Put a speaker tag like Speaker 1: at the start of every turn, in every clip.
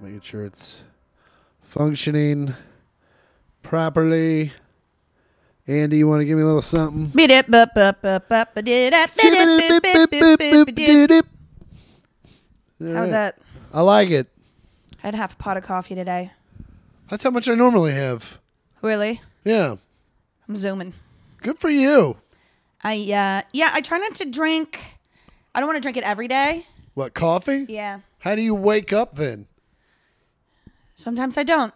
Speaker 1: making sure it's functioning properly. Andy, you want to give me a little something?
Speaker 2: How was that?
Speaker 1: I like it.
Speaker 2: I had half a pot of coffee today.
Speaker 1: That's how much I normally have.
Speaker 2: Really?
Speaker 1: Yeah.
Speaker 2: I'm zooming.
Speaker 1: Good for you.
Speaker 2: I uh yeah, I try not to drink I don't want to drink it every day.
Speaker 1: What, coffee?
Speaker 2: Yeah.
Speaker 1: How do you wake up then?
Speaker 2: Sometimes I don't.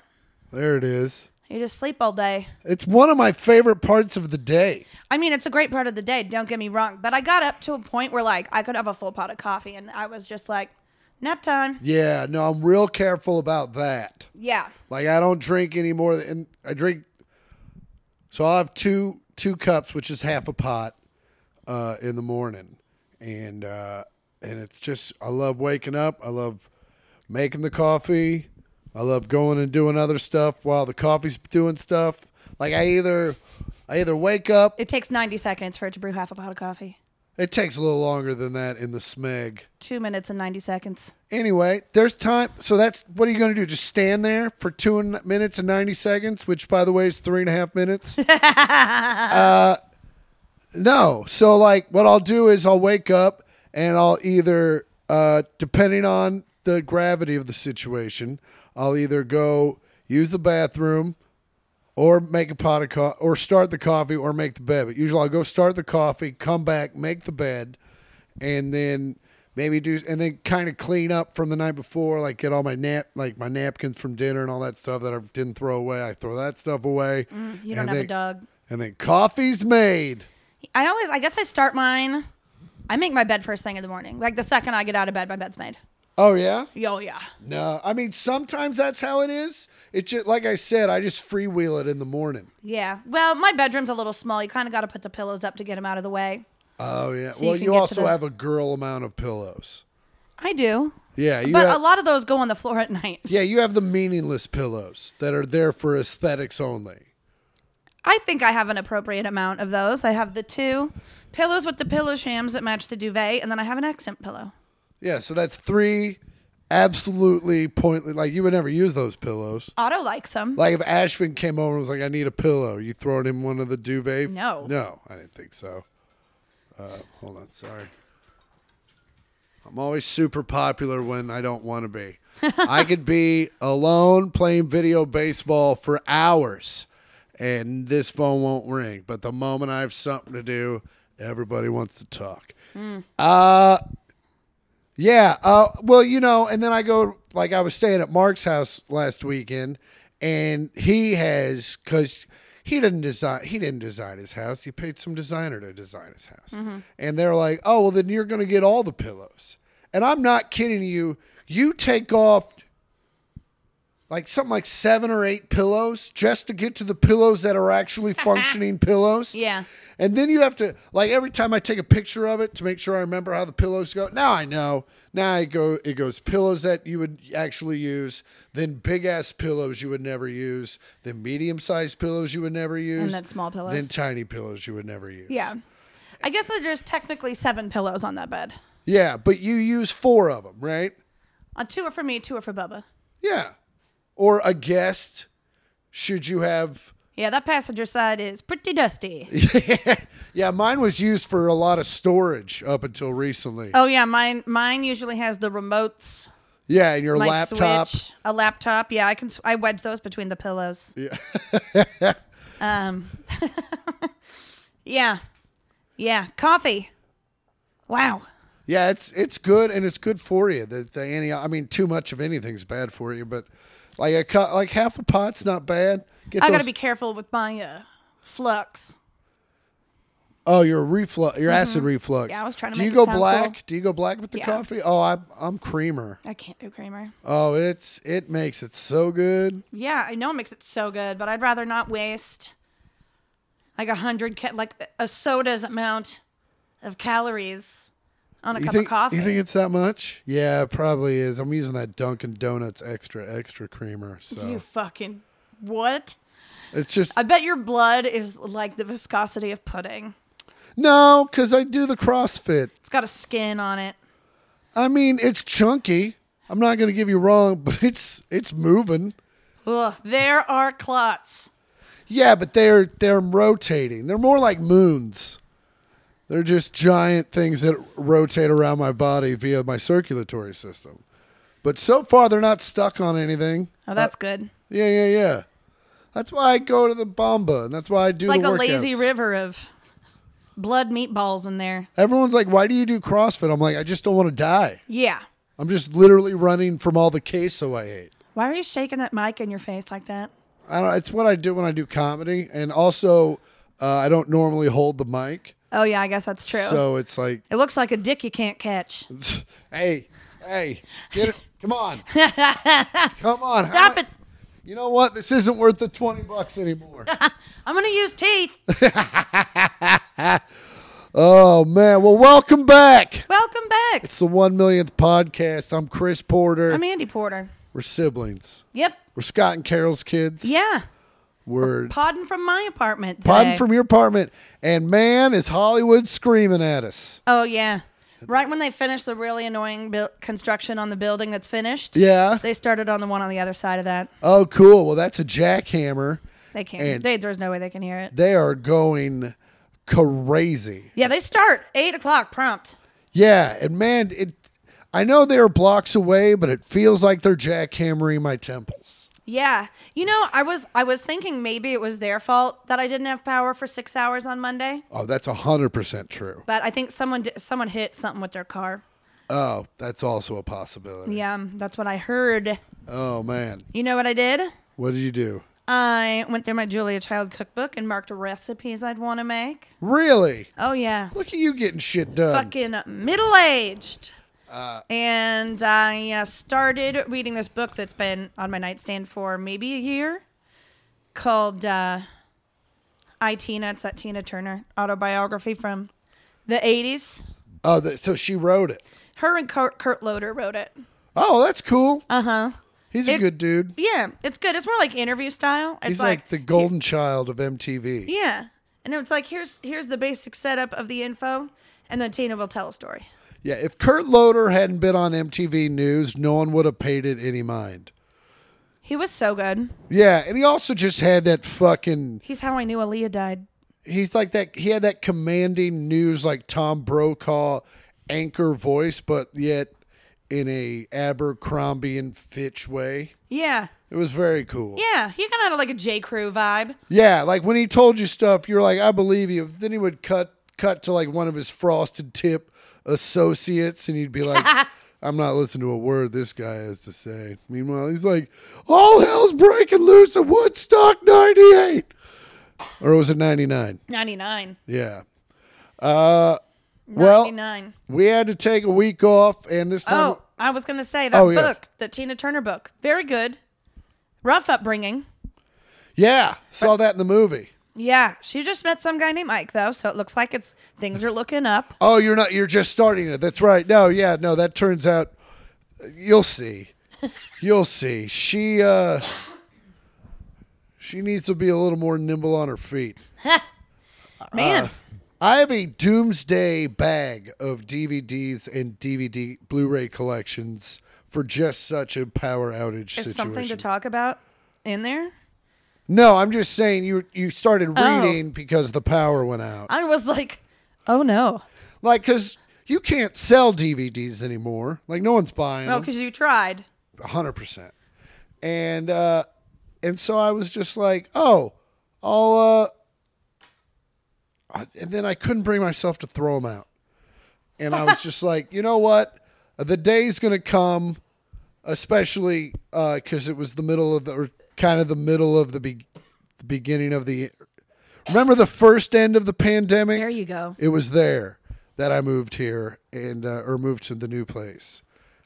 Speaker 1: There it is.
Speaker 2: You just sleep all day.
Speaker 1: It's one of my favorite parts of the day.
Speaker 2: I mean, it's a great part of the day, don't get me wrong, but I got up to a point where like I could have a full pot of coffee and I was just like nap time.
Speaker 1: Yeah, no, I'm real careful about that.
Speaker 2: Yeah.
Speaker 1: Like I don't drink anymore and I drink so I'll have two two cups, which is half a pot, uh, in the morning. And uh and it's just I love waking up. I love making the coffee. I love going and doing other stuff while the coffee's doing stuff. Like I either I either wake up
Speaker 2: It takes 90 seconds for it to brew half a pot of coffee.
Speaker 1: it takes a little longer than that in the smeg.
Speaker 2: 2 minutes and 90 seconds.
Speaker 1: Anyway, there's time. So that's what are you going to do? Just stand there for two and minutes and ninety seconds, which by the way is three and a half minutes. uh, no. So like, what I'll do is I'll wake up and I'll either, uh, depending on the gravity of the situation, I'll either go use the bathroom, or make a pot of coffee, or start the coffee, or make the bed. But usually, I'll go start the coffee, come back, make the bed, and then maybe do, and then kind of clean up from the night before, like get all my nap, like my napkins from dinner and all that stuff that I didn't throw away. I throw that stuff away.
Speaker 2: Mm, You don't
Speaker 1: and
Speaker 2: have
Speaker 1: then,
Speaker 2: a dog.
Speaker 1: And then coffee's made.
Speaker 2: I always, I guess I start mine. I make my bed first thing in the morning. Like the second I get out of bed, my bed's made.
Speaker 1: Oh yeah.
Speaker 2: Oh, yeah.
Speaker 1: No, I mean sometimes that's how it is. It just like I said, I just freewheel it in the morning.
Speaker 2: Yeah. Well, my bedroom's a little small. You kind of got to put the pillows up to get them out of the way.
Speaker 1: Oh yeah.
Speaker 2: you
Speaker 1: well,
Speaker 2: can
Speaker 1: you,
Speaker 2: get to
Speaker 1: also
Speaker 2: the-
Speaker 1: have a girl amount of pillows.
Speaker 2: I do.
Speaker 1: Yeah, you
Speaker 2: but
Speaker 1: have-
Speaker 2: a lot of those go on the floor at night.
Speaker 1: Yeah, you have the meaningless pillows that are there for aesthetics only.
Speaker 2: I think I have an appropriate amount of those. I have the two pillows with the pillow shams that match the duvet, and then I have an accent pillow.
Speaker 1: Yeah, so that's three absolutely pointless. Like, you would never use those pillows.
Speaker 2: Otto likes them.
Speaker 1: Like, if Ashvin came over and was like, I need a pillow, you throwing him one of the duvet?
Speaker 2: No.
Speaker 1: No, I didn't think so. Uh, hold on, sorry. I'm always super popular when I don't want to be. I could be alone playing video baseball for hours and this phone won't ring. But the moment I have something to do, everybody wants to talk. Uh, yeah. Uh, well, you know, and then I go, like, I was staying at Mark's house last weekend and he has, because. He didn't design. He didn't design his house. He paid some designer to design his house, and they're like, "Oh, well, then you're going to get all the pillows." And I'm not kidding you. You take off like something like seven or eight pillows just to get to the pillows that are actually functioning pillows.
Speaker 2: Yeah.
Speaker 1: And then you have to like every time I take a picture of it to make sure I remember how the pillows go. Now I know. Now I go it goes pillows that you would actually use, then big ass pillows you would never use, then medium sized pillows you would never use.
Speaker 2: then small pillows.
Speaker 1: Then tiny pillows you would never use.
Speaker 2: Yeah. I guess there's technically seven pillows on that bed.
Speaker 1: Yeah, but you use four of them, right?
Speaker 2: Uh, two are for me, two are for Bubba.
Speaker 1: Yeah. Or a guest should you have
Speaker 2: Yeah, that passenger side is pretty dusty.
Speaker 1: yeah, mine was used for a lot of storage up until recently.
Speaker 2: Oh yeah, mine mine usually has the remotes,
Speaker 1: yeah, and your
Speaker 2: my
Speaker 1: laptop.
Speaker 2: switch, a laptop. Yeah, I can s- I wedge those between the pillows. Yeah. um. yeah, yeah. Coffee. Wow.
Speaker 1: Yeah, it's it's good and it's good for you. The, the anti- I mean, too much of anything's bad for you, but like a cu- like half a pot's not bad. Get
Speaker 2: I gotta
Speaker 1: those-
Speaker 2: be careful with my uh, flux.
Speaker 1: Oh, your reflux, your acid reflux.
Speaker 2: Mm-hmm. Yeah, I was trying to
Speaker 1: Do
Speaker 2: make
Speaker 1: you go
Speaker 2: it sound
Speaker 1: black?
Speaker 2: cool.
Speaker 1: Do you go black with the
Speaker 2: Yeah.
Speaker 1: coffee? Oh, I'm I'm creamer.
Speaker 2: I can't do creamer.
Speaker 1: Oh, it's it makes it so good.
Speaker 2: Yeah, I know it makes it so good, but I'd rather not waste like a hundred ca- like a soda's amount of calories on a
Speaker 1: you
Speaker 2: cup
Speaker 1: think
Speaker 2: of coffee.
Speaker 1: you think it's that much? Yeah, it probably is. I'm using that Dunkin' Donuts extra extra creamer. So
Speaker 2: you fucking what?
Speaker 1: it's just
Speaker 2: I bet your blood is like the viscosity of pudding.
Speaker 1: No, because I do the CrossFit.
Speaker 2: It's got a skin on it.
Speaker 1: I mean, it's chunky. I'm not going to give you wrong, but it's it's moving.
Speaker 2: Ugh, there are clots.
Speaker 1: Yeah, but they're they're rotating. They're more like moons. They're just giant things that rotate around my body via my circulatory system. But so far, they're not stuck on anything.
Speaker 2: Oh, that's good.
Speaker 1: Yeah, yeah, yeah. That's why I go to the Bamba, and that's why I do.
Speaker 2: It's like
Speaker 1: the
Speaker 2: a lazy
Speaker 1: workouts.
Speaker 2: river of blood meatballs in there.
Speaker 1: Everyone's like, "Why do you do CrossFit?" I'm like, "I just don't want to die.
Speaker 2: Yeah.
Speaker 1: I'm just literally running from all the queso I ate."
Speaker 2: Why are you shaking that mic in your face like that?
Speaker 1: I don't. It's what I do when I do comedy, and also uh, I don't normally hold the mic,
Speaker 2: Oh yeah, I guess that's true.
Speaker 1: so it's like,
Speaker 2: it looks like a dick you can't catch.
Speaker 1: "Hey, hey, get it! Come on, come on! How
Speaker 2: Stop
Speaker 1: mu-
Speaker 2: it!
Speaker 1: You know what? This isn't worth the twenty bucks anymore."
Speaker 2: I'm gonna use teeth.
Speaker 1: oh man! Well, welcome back.
Speaker 2: Welcome back.
Speaker 1: It's the one millionth podcast. I'm Chris Porter.
Speaker 2: I'm Andy Porter.
Speaker 1: We're siblings.
Speaker 2: Yep.
Speaker 1: We're Scott and Carol's kids.
Speaker 2: Yeah.
Speaker 1: We're
Speaker 2: Podding from my apartment. Today.
Speaker 1: Pardon from your apartment. And man, is Hollywood screaming at us.
Speaker 2: Oh yeah. Right when they finished the really annoying buil- construction on the building that's finished,
Speaker 1: Yeah.
Speaker 2: they started on the one on the other side of that.
Speaker 1: Oh, cool. Well, that's a jackhammer.
Speaker 2: They can't.
Speaker 1: And-
Speaker 2: they, there's no way they can hear it.
Speaker 1: They are going crazy.
Speaker 2: Yeah, they start eight o'clock prompt.
Speaker 1: Yeah, and man, it. I know they are blocks away, but it feels like they're jackhammering my temples.
Speaker 2: Yeah, you know, I was I was thinking maybe it was their fault that I didn't have power for six hours on Monday,
Speaker 1: Oh, that's hundred percent true.
Speaker 2: but I think someone di- someone hit something with their car.
Speaker 1: Oh, that's also a possibility.
Speaker 2: Yeah, um, that's what I heard.
Speaker 1: Oh man,
Speaker 2: You know what I did?
Speaker 1: what did you do?
Speaker 2: I went through my Julia Child cookbook and marked recipes I'd want to make.
Speaker 1: Really?
Speaker 2: Oh yeah,
Speaker 1: Look at you getting shit done.
Speaker 2: fucking middle aged.
Speaker 1: Uh,
Speaker 2: and I uh, started reading this book that's been on my nightstand for maybe a year called uh, I, Tina. It's that Tina Turner autobiography from the 80s.
Speaker 1: Oh, that, so she wrote it.
Speaker 2: Her and Kurt, Kurt Loder wrote it.
Speaker 1: Oh, that's cool.
Speaker 2: Uh huh.
Speaker 1: He's a
Speaker 2: it-
Speaker 1: good dude.
Speaker 2: Yeah, it's good. It's more like interview style. It's
Speaker 1: He's like, the golden child of MTV.
Speaker 2: yeah. And it's like here's here's the basic setup of the info, and then Tina will tell a story.
Speaker 1: Yeah, if Kurt Loder hadn't been on MTV News, no one would have paid it any mind.
Speaker 2: He was so good.
Speaker 1: Yeah, and he also just had that fucking
Speaker 2: He's how I knew Aaliyah died.
Speaker 1: he's like that he had that commanding news like Tom Brokaw anchor voice, but yet in a Abercrombie and Fitch way.
Speaker 2: Yeah.
Speaker 1: It was very cool.
Speaker 2: Yeah, he kind of had like a J. Crew vibe.
Speaker 1: Yeah, like when he told you stuff, you're like, I believe you. Then he would cut cut to like one of his frosted tip associates, and you'd be like, I'm not listening to a word this guy has to say. Meanwhile, he's like, all hell's breaking loose at Woodstock '98, or was it '99?
Speaker 2: 99.
Speaker 1: Yeah. Uh, well,
Speaker 2: 99.
Speaker 1: we had to take a week off, and this time,
Speaker 2: oh, I was going to say that
Speaker 1: Oh, yeah.
Speaker 2: book, the Tina Turner book. Very good. Rough upbringing.
Speaker 1: yeah, saw that in the movie.
Speaker 2: Yeah, she just met some guy named Mike though, so it looks like it's things are looking up.
Speaker 1: Oh, you're not. You're just starting it. That's right. No, yeah, no. That turns out. You'll see. You'll see. She uh. She needs to be a little more nimble on her feet. Uh,
Speaker 2: Man,
Speaker 1: I have a doomsday bag of DVDs and DVD Blu-ray collections for just such a power outage
Speaker 2: is
Speaker 1: situation.
Speaker 2: something to talk about in there?
Speaker 1: no, I'm just saying you you started
Speaker 2: Oh.
Speaker 1: reading because the power went out.
Speaker 2: I was like, "Oh no."
Speaker 1: Like cuz you can't sell DVDs anymore. Like no one's buying
Speaker 2: No,
Speaker 1: them.
Speaker 2: cuz Oh, you tried.
Speaker 1: hundred percent. And uh, and so I was just like, oh, I'll. Uh, I- and then I couldn't bring myself to throw them out, and I was just like, you know what, the day's gonna come, especially because it was the middle of the or kind of the middle of the, be- the beginning of the. Remember the first end of the pandemic?
Speaker 2: There you go.
Speaker 1: it was there that I moved here and uh, or moved to the new place.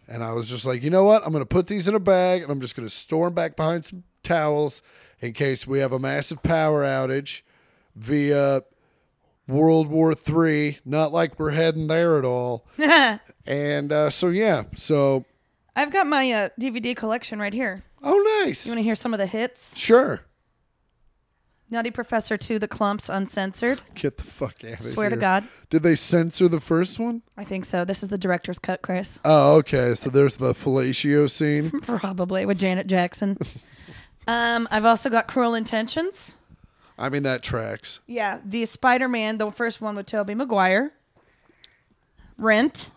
Speaker 1: And I was just like, you know what? I'm going to put these in a bag and I'm just going to store them back behind some towels in case we have a massive power outage via World War Three. Not like we're heading there at all. and uh, so yeah, so
Speaker 2: I've got my uh, DVD collection right here.
Speaker 1: oh nice,
Speaker 2: You want to hear some of the hits?
Speaker 1: sure.
Speaker 2: Nutty Professor 2 The Clumps Uncensored.
Speaker 1: Get the fuck out of here.
Speaker 2: Swear to God.
Speaker 1: Did they censor the first one?
Speaker 2: I think so. This is the director's cut, Chris.
Speaker 1: Oh, okay. So there's the fellatio scene.
Speaker 2: Probably with Janet Jackson. um, I've also got Cruel Intentions.
Speaker 1: I mean, that tracks.
Speaker 2: Yeah, the Spider-Man, the first one with Tobey Maguire. Rent.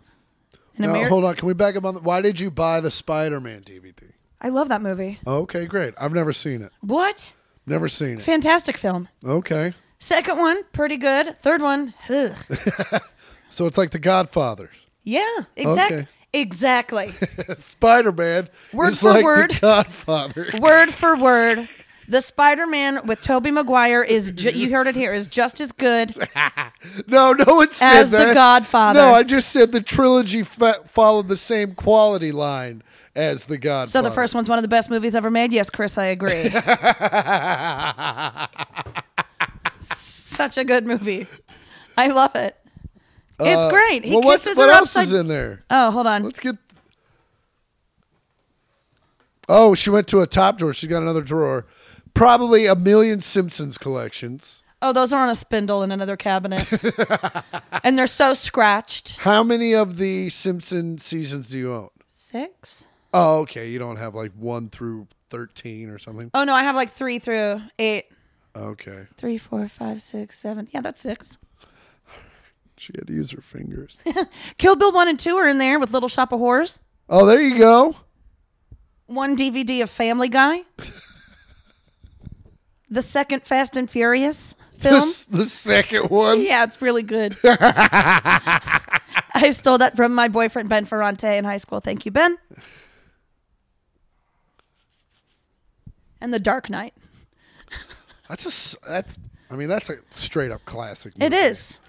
Speaker 2: An
Speaker 1: Now,
Speaker 2: Ameri-
Speaker 1: hold on. Can we back up on the, Why did you buy the Spider Man DVD?
Speaker 2: I love that movie.
Speaker 1: Okay, great. I've never seen it.
Speaker 2: What?
Speaker 1: Never seen it.
Speaker 2: Fantastic film.
Speaker 1: Okay.
Speaker 2: Second one, pretty good. Third one, ugh.
Speaker 1: So it's like The Godfather.
Speaker 2: yeah, exactly.
Speaker 1: Okay.
Speaker 2: Exactly.
Speaker 1: Spider Man
Speaker 2: Word
Speaker 1: is
Speaker 2: for
Speaker 1: like The
Speaker 2: word.
Speaker 1: Godfather.
Speaker 2: word for word. The Spider-Man with Tobey Maguire is ju- you heard it here is just as good.
Speaker 1: No, no one said
Speaker 2: As The
Speaker 1: that.
Speaker 2: Godfather.
Speaker 1: No, I just said the trilogy fa- followed the same quality line as The Godfather.
Speaker 2: So the first one's one of the best movies ever made. Yes, Chris, I agree. Such a good movie. I love it.
Speaker 1: Uh,
Speaker 2: It's great. He
Speaker 1: well, what,
Speaker 2: kisses
Speaker 1: what
Speaker 2: her
Speaker 1: else
Speaker 2: upside.
Speaker 1: is in there?
Speaker 2: oh, hold on.
Speaker 1: Let's get. Oh, she went to a top drawer. She's got another drawer. Probably a million Simpsons collections.
Speaker 2: Oh, those are on a spindle in another cabinet, and they're so scratched.
Speaker 1: How many of the Simpson seasons do you own?
Speaker 2: Six.
Speaker 1: Oh, okay. You don't have like one through 13 or something.
Speaker 2: Oh no, I have like three through eight.
Speaker 1: Okay.
Speaker 2: Three, four, five, six, seven. Yeah, that's six.
Speaker 1: She had to use her fingers.
Speaker 2: Kill Bill one and two are in there with Little Shop of Horrors.
Speaker 1: oh, there you go.
Speaker 2: One DVD of Family Guy. the second Fast and Furious
Speaker 1: The,
Speaker 2: film.
Speaker 1: s- the second one.
Speaker 2: Yeah, it's really good. I stole that from my boyfriend Ben Ferrante in high school. Thank you, Ben. And The Dark Knight.
Speaker 1: That's a. s- That's. I mean, that's a straight up classic.
Speaker 2: It
Speaker 1: movie.
Speaker 2: is.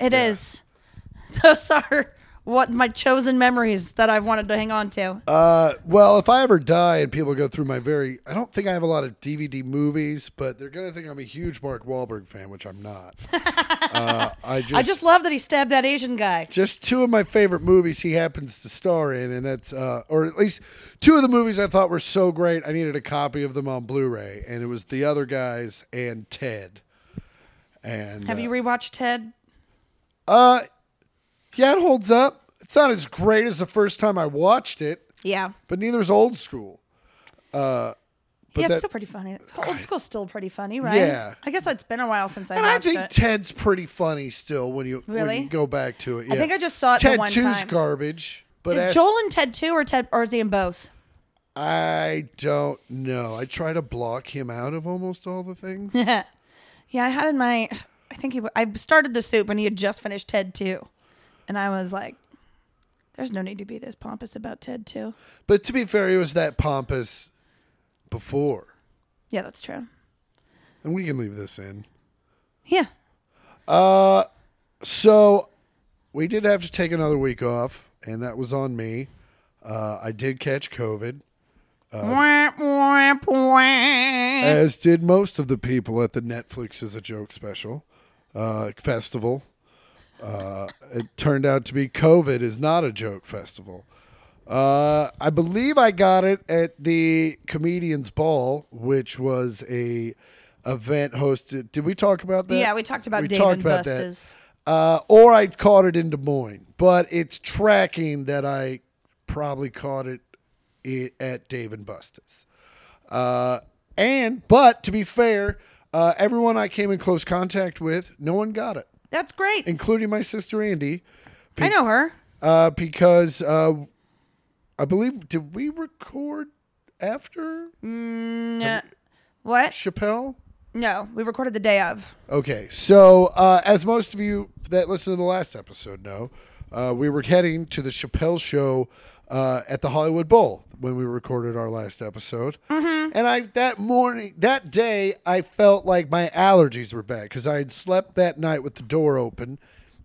Speaker 2: It is. Those are what my chosen memories that I've wanted to hang on to.
Speaker 1: Uh, well, if I ever die and people go through my very, I don't think I have a lot of DVD movies, but they're gonna think I'm a huge Mark Wahlberg fan, which I'm not. uh, I just,
Speaker 2: I just love that he stabbed that Asian guy.
Speaker 1: just two of my favorite movies he happens to star in, and that's uh, or at least two of the movies I thought were so great I needed a copy of them on Blu-ray, and it was The Other Guys and Ted. And
Speaker 2: Have
Speaker 1: uh,
Speaker 2: you rewatched Ted?
Speaker 1: yeah, it holds up. It's not as great as the first time I watched it,
Speaker 2: Yeah.
Speaker 1: but neither is old school.
Speaker 2: yeah, it's
Speaker 1: that-
Speaker 2: still pretty funny. Old school's still pretty funny, right?
Speaker 1: Yeah.
Speaker 2: I guess it's been a while since I
Speaker 1: And I
Speaker 2: watched
Speaker 1: think
Speaker 2: it.
Speaker 1: Ted's pretty funny still when you
Speaker 2: Really?
Speaker 1: when you go back to it. Yeah.
Speaker 2: think I just saw it the
Speaker 1: Ted
Speaker 2: one
Speaker 1: 2's
Speaker 2: time.
Speaker 1: garbage, but
Speaker 2: Is
Speaker 1: as-
Speaker 2: Joel and Ted too, or Ted, or is he in both?
Speaker 1: I don't know. I try to block him out of almost all the things.
Speaker 2: yeah, I had in my. I think he. w- I started the soup when he had just finished Ted two, and I was like, "There's no need to be this pompous about Ted two.
Speaker 1: but to be fair, he was that pompous before,
Speaker 2: Yeah, that's true.
Speaker 1: and we can leave this in.
Speaker 2: Yeah,
Speaker 1: So we did have to take another week off, and that was on me. Uh, I did catch COVID, as did most of the people at the Netflix is a joke special uh, festival. Uh, it turned out to be COVID is not a joke festival. Uh, I believe I got it at the Comedians Ball, which was a event hosted. Did we talk about that?
Speaker 2: yeah. We talked about
Speaker 1: We
Speaker 2: Dave
Speaker 1: talked
Speaker 2: and
Speaker 1: about that.
Speaker 2: Busta's.
Speaker 1: Uh, or I caught it in Des Moines, but it's tracking that I probably caught it, it at Dave and Busta's. Uh, and but to be fair, uh, everyone I came in close contact with, no one got it,
Speaker 2: That's great.
Speaker 1: including my sister Andy,
Speaker 2: I know her.
Speaker 1: uh, because uh, I believe did we record after
Speaker 2: What?
Speaker 1: Chappelle?
Speaker 2: No, we recorded the day of.
Speaker 1: Okay, so uh, as most of you that listened to the last episode know, uh, we were heading to the Chappelle show uh, at the Hollywood Bowl when we recorded our last episode, and I that morning that day I felt like my allergies were bad because I had slept that night with the door open,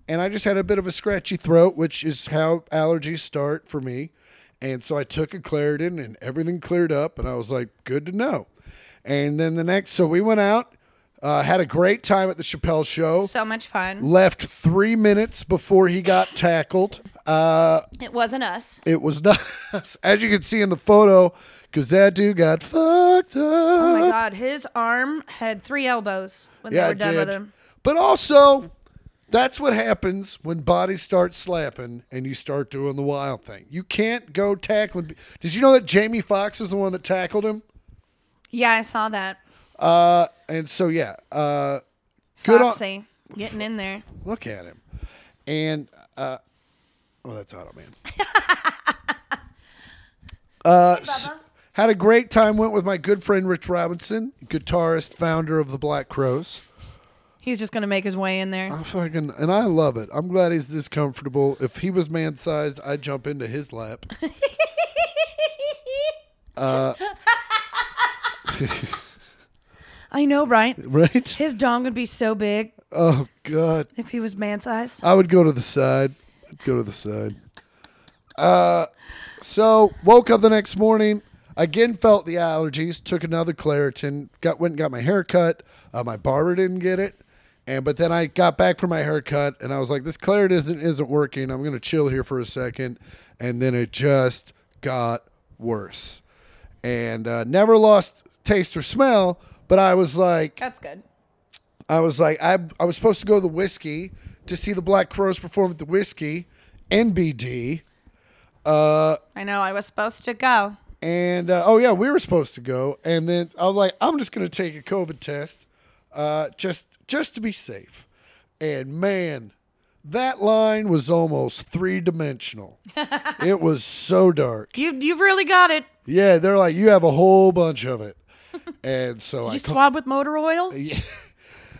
Speaker 1: and I just had a bit of a scratchy throat, which is how allergies start for me, and so I took a Claritin and everything cleared up, and I was like, good to know, and then the next so we went out. Uh, had a great time at the Chappelle show.
Speaker 2: So much fun.
Speaker 1: Left three minutes before he got tackled. Uh,
Speaker 2: It wasn't us.
Speaker 1: It was not as you can see in the photo, because that dude got fucked up.
Speaker 2: Oh my god, his arm had three elbows when
Speaker 1: yeah,
Speaker 2: they were
Speaker 1: it
Speaker 2: done
Speaker 1: did.
Speaker 2: with him.
Speaker 1: But also, that's what happens when bodies start slapping and you start doing the wild thing. You can't go tackling. Did you know that Jamie Foxx is the one that tackled him?
Speaker 2: Yeah, I saw that.
Speaker 1: Uh, and so yeah, uh, good on.
Speaker 2: Foxy getting in there.
Speaker 1: Look at him, and uh, well, that's Auto Man. uh, s- had a great time. Went with my good friend Rich Robinson, guitarist, founder of the Black Crows.
Speaker 2: He's just gonna make his way in there.
Speaker 1: I fucking and I love it. I'm glad he's this comfortable. If he was man sized, I'd jump into his lap. Uh,
Speaker 2: I know, right?
Speaker 1: Right?
Speaker 2: His dong would be so big
Speaker 1: Oh god.
Speaker 2: if he was man sized.
Speaker 1: I would go to the side. I'd go to the side. Uh so woke up the next morning, again felt the allergies, took another Claritin, got went and got my hair cut. Uh, my barber didn't get it. And but then I got back from my haircut and I was like, this Claritin isn't isn't working. I'm gonna chill here for a second. And then it just got worse. And uh, never lost taste or smell, but I was like,
Speaker 2: That's good.
Speaker 1: I was like, I, I was supposed to go to the whiskey to see the Black Crows perform at the whiskey, NBD,
Speaker 2: I know. I was supposed to go.
Speaker 1: and uh, oh yeah, we were supposed to go. And then I was like, I'm just gonna take a COVID test, uh, just just to be safe. And man, that line was almost three dimensional. it was so dark.
Speaker 2: You you've really got it.
Speaker 1: Yeah, they're like, you have a whole bunch of it. And so
Speaker 2: Did
Speaker 1: I
Speaker 2: you
Speaker 1: called-
Speaker 2: swab with motor oil?
Speaker 1: Uh,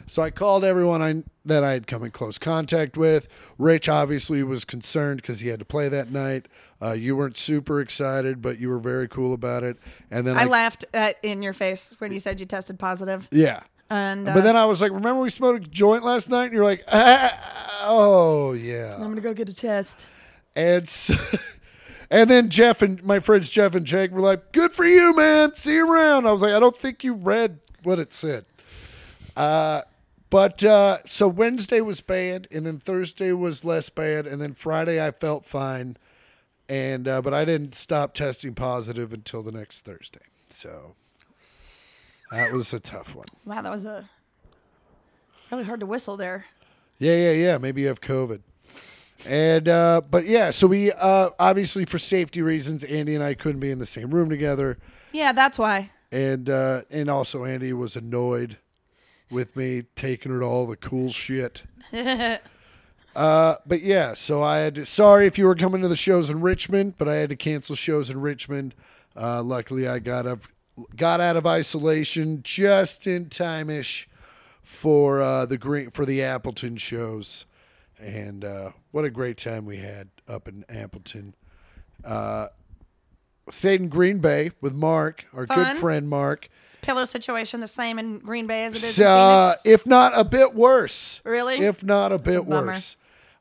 Speaker 1: So I called everyone I, that I had come in close contact with. Rich obviously was concerned because he had to play that night. Uh, you weren't super excited, but you were very cool about it. And then I,
Speaker 2: I laughed at, in your face when you said you tested positive.
Speaker 1: yeah.
Speaker 2: And uh,
Speaker 1: But then I was like, remember we smoked a joint last night? And you're like, ah, oh yeah.
Speaker 2: uh, I'm gonna go get a test.
Speaker 1: And so, and then Jeff and my friends Jeff and Jake were like, "Good for you, man. See you around." I was like, "I don't think you read what it said." Uh, but uh, so Wednesday was bad, and then Thursday was less bad, and then Friday I felt fine, and uh, but I didn't stop testing positive until the next Thursday. So that was a tough one.
Speaker 2: Wow, that was a really hard to whistle there.
Speaker 1: Yeah, yeah, yeah. Maybe you have COVID. And uh, but yeah, so we uh, obviously for safety reasons, Andy and I couldn't be in the same room together,
Speaker 2: Yeah, that's why.
Speaker 1: and uh, and also Andy was annoyed with me taking her to all the cool shit. uh, but yeah, so I had to, sorry if you were coming to the shows in Richmond, but I had to cancel shows in Richmond. Uh, luckily, I got up, got out of isolation just in time ish for uh, the green for the Appleton shows, and uh, what a great time we had up in Appleton. Uh, stayed in Green Bay with Mark, our
Speaker 2: Fun.
Speaker 1: good friend Mark.
Speaker 2: Pillow situation the same in Green Bay as it is
Speaker 1: Uh,
Speaker 2: in Phoenix.
Speaker 1: if not a bit worse.
Speaker 2: Really?
Speaker 1: If not a bit
Speaker 2: bummer.
Speaker 1: worse.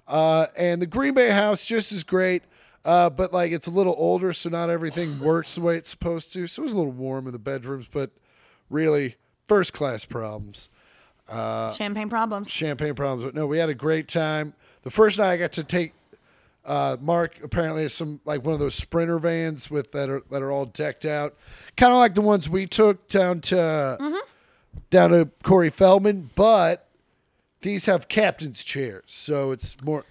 Speaker 1: Uh, and the Green Bay house just as great, uh, but like it's a little older, so not everything works the way it's supposed to. So it was a little warm in the bedrooms, but really first class problems,
Speaker 2: Champagne problems.
Speaker 1: champagne problems. But no, we had a great time. The first night I got to take uh, Mark apparently has some like one of those sprinter vans with that are that are all decked out, kind of like the ones we took down to
Speaker 2: Mm-hmm.
Speaker 1: down to Corey Feldman, but these have captain's chairs, so it's more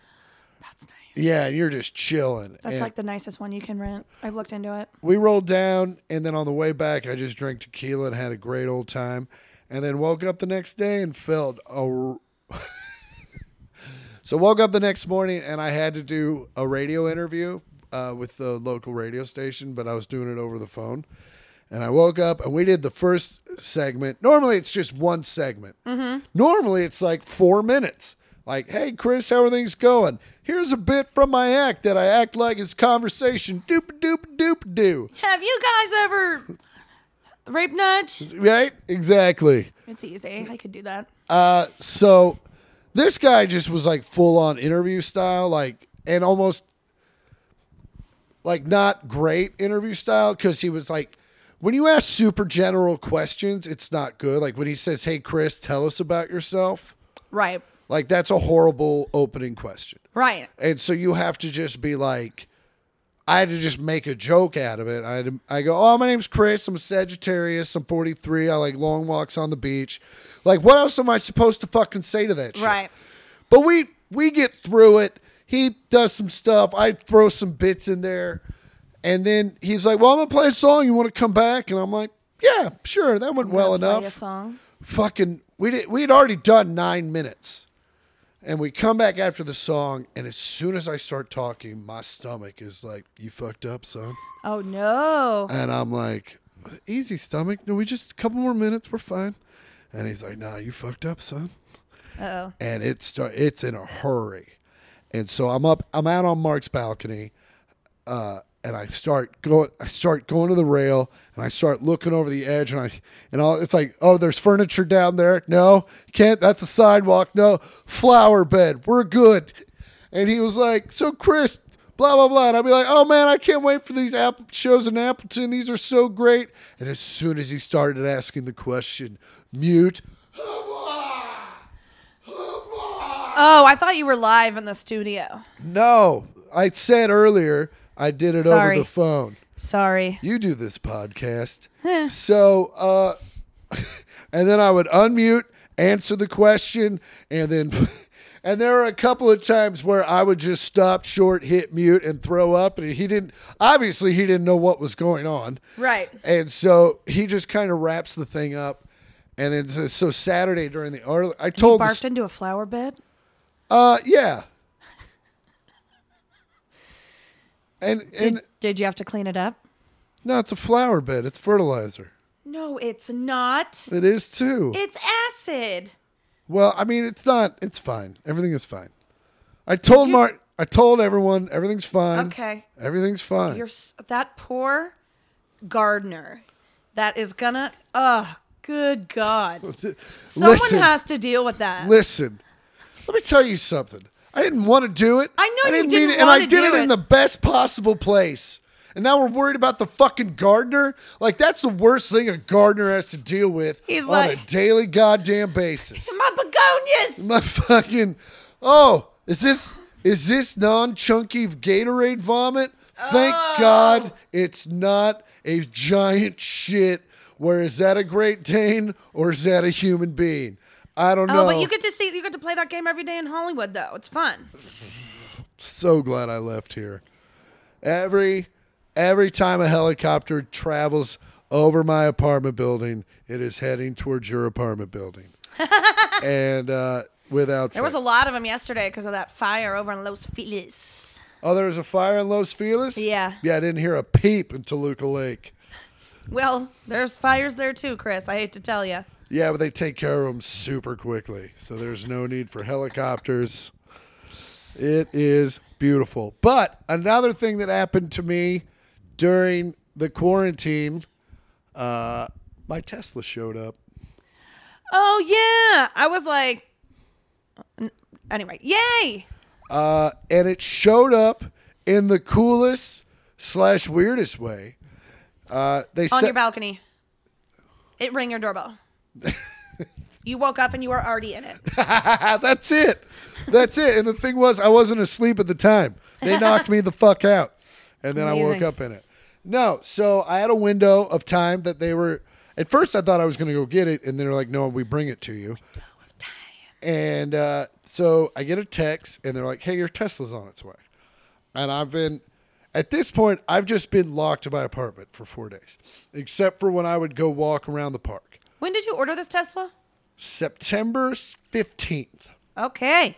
Speaker 2: That's nice.
Speaker 1: yeah. You're just chilling.
Speaker 2: That's
Speaker 1: And
Speaker 2: like the nicest one you can rent. I've looked into it.
Speaker 1: we rolled down, and then on the way back, I just drank tequila and had a great old time, and then woke up the next day and felt a. so woke up the next morning and I had to do a radio interview uh, with the local radio station, but I was doing it over the phone. And I woke up and we did the first segment. Normally it's just one segment. Normally it's like four minutes. Like, hey Chris, how are things going? Here's a bit from my act that I act like is conversation. Doop doop doop doo.
Speaker 2: Have you guys ever rape nudge?
Speaker 1: Right? Exactly.
Speaker 2: It's easy. I could do that.
Speaker 1: Uh, so this guy just was like full on interview style, like and almost like not great interview style because he was like, when you ask super general questions, it's not good. Like when he says, "Hey Chris, tell us about yourself,"
Speaker 2: Right.
Speaker 1: like that's a horrible opening question.
Speaker 2: Right.
Speaker 1: And so you have to just be like, I had to just make a joke out of it. I had to, I go, oh, my name's Chris. I'm a Sagittarius. I'm 43. I like long walks on the beach. Like, what else am I supposed to fucking say to that shit?
Speaker 2: Right.
Speaker 1: But we we get through it. He does some stuff. I throw some bits in there, and then he's like, "Well, I'm gonna play a song. You want to come back?" And I'm like, "Yeah, sure. That went well
Speaker 2: Play a
Speaker 1: enough."
Speaker 2: song.
Speaker 1: Fucking, we did. We had already done nine minutes, and we come back after the song. And as soon as I start talking, my stomach is like, "You fucked up, son."
Speaker 2: Oh no.
Speaker 1: And I'm like, "Easy, stomach. No, we just a couple more minutes. We're fine." And he's like, "Nah, you fucked up, son."
Speaker 2: Uh oh.
Speaker 1: and it start, it's in a hurry. And so I'm up I'm out on Mark's balcony uh, and I start going I start going to the rail and I start looking over the edge and I and all it's like oh there's furniture down there. No, can't that's a sidewalk. No, flower bed. We're good. And he was like, "So Chris, blah blah blah." And I'd be like, "Oh man, I can't wait for these Apple shows in Appleton. These are so great." And as soon as he started asking the question, mute
Speaker 2: Oh, I thought you were live in the studio.
Speaker 1: No, I said earlier I did it
Speaker 2: Sorry.
Speaker 1: over the phone.
Speaker 2: Sorry.
Speaker 1: You do this podcast. so, uh, and then I would unmute, answer the question, and then. And there were a couple of times where I would just stop short, hit mute, and throw up. And he didn't, obviously, he didn't know what was going on.
Speaker 2: Right.
Speaker 1: And so he just kind of wraps the thing up. And then, so- so Saturday during the, early, I told, Oh, the,
Speaker 2: Barfed
Speaker 1: st-
Speaker 2: into a flower bed.
Speaker 1: uh, yeah. And, and
Speaker 2: Did, did you have to clean it up?
Speaker 1: No, it's a flower bed. It's fertilizer.
Speaker 2: No, it's not.
Speaker 1: It is too.
Speaker 2: It's acid.
Speaker 1: well, I mean, it's not. It's fine. Everything is fine. I told
Speaker 2: you-
Speaker 1: Mark. I told everyone everything's fine.
Speaker 2: Okay.
Speaker 1: Everything's fine.
Speaker 2: You're s- that poor gardener that is gonna. Oh, good God. Someone
Speaker 1: listen,
Speaker 2: has to deal with that.
Speaker 1: listen. Let me tell you something. I didn't want to do it.
Speaker 2: I know you
Speaker 1: didn't
Speaker 2: didn't
Speaker 1: mean it, and I
Speaker 2: wanna
Speaker 1: did
Speaker 2: do
Speaker 1: it, in
Speaker 2: it.
Speaker 1: the best possible place. And now we're worried about the fucking gardener. Like that's the worst thing a gardener has to deal with
Speaker 2: He's
Speaker 1: on a
Speaker 2: like-
Speaker 1: daily goddamn basis.
Speaker 2: My begonias.
Speaker 1: My fucking oh, is this is this non-chunky Gatorade vomit? Thank
Speaker 2: Oh.
Speaker 1: God it's not a giant shit. Where is that a Great Dane or is that a human being? I don't know.
Speaker 2: Oh, but you get to see. You get to play that game every day in Hollywood, though. It's fun.
Speaker 1: so glad I left here. Every every time a helicopter travels over my apartment building, it is heading towards your apartment building. and uh, without
Speaker 2: There was a lot of them yesterday because of that fire over in Los Feliz.
Speaker 1: Oh, there was a fire in Los Feliz?
Speaker 2: Yeah.
Speaker 1: Yeah, I didn't hear a peep in Toluca Lake.
Speaker 2: Well, there's fires there too, Chris. I hate to tell you.
Speaker 1: Yeah, but they take care of them super quickly. So there's no need for helicopters. It is beautiful. But another thing that happened to me during the quarantine, uh, my Tesla showed up.
Speaker 2: Oh yeah, I was like. n- Anyway, yay!
Speaker 1: uh, and it showed up in the coolest slash weirdest way. Uh, they
Speaker 2: On
Speaker 1: said,
Speaker 2: your balcony. It rang your doorbell. you woke up and you were already in it.
Speaker 1: Ah, That's it. That's it. And the thing was, I wasn't asleep at the time. They knocked me the fuck out. And then I woke
Speaker 2: Amazing.
Speaker 1: up in it. No, so I had a window of time that they were. At first, I thought I was going to go get it. And they were like, no, we bring it to you. And uh, so I get a text, and they're like, hey, your Tesla's on its way. And I've been. At this point, I've just been locked to my apartment for four days, except for when I would go walk around the park.
Speaker 2: When did you order this Tesla?
Speaker 1: September 15th.
Speaker 2: Okay.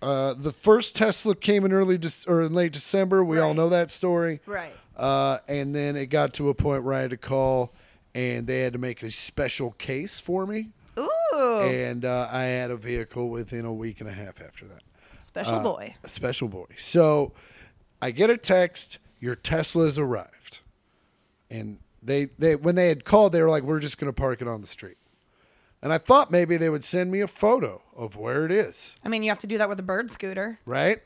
Speaker 1: Uh, the first Tesla came in early Dec or in late December. We all
Speaker 2: Right.
Speaker 1: know that story.
Speaker 2: Right.
Speaker 1: Uh, and then it got to a point where I had to call, and they had to make a special case for me,
Speaker 2: Ooh.
Speaker 1: and uh, I had a vehicle within a week and a half after that. uh,
Speaker 2: special boy.
Speaker 1: A special boy. So I get a text, your Tesla's arrived. And they, they when they had called, they were like, We're just gonna park it on the street. And I thought maybe they would send me a photo of where it is,
Speaker 2: I mean, you have to do that with a bird scooter.
Speaker 1: right?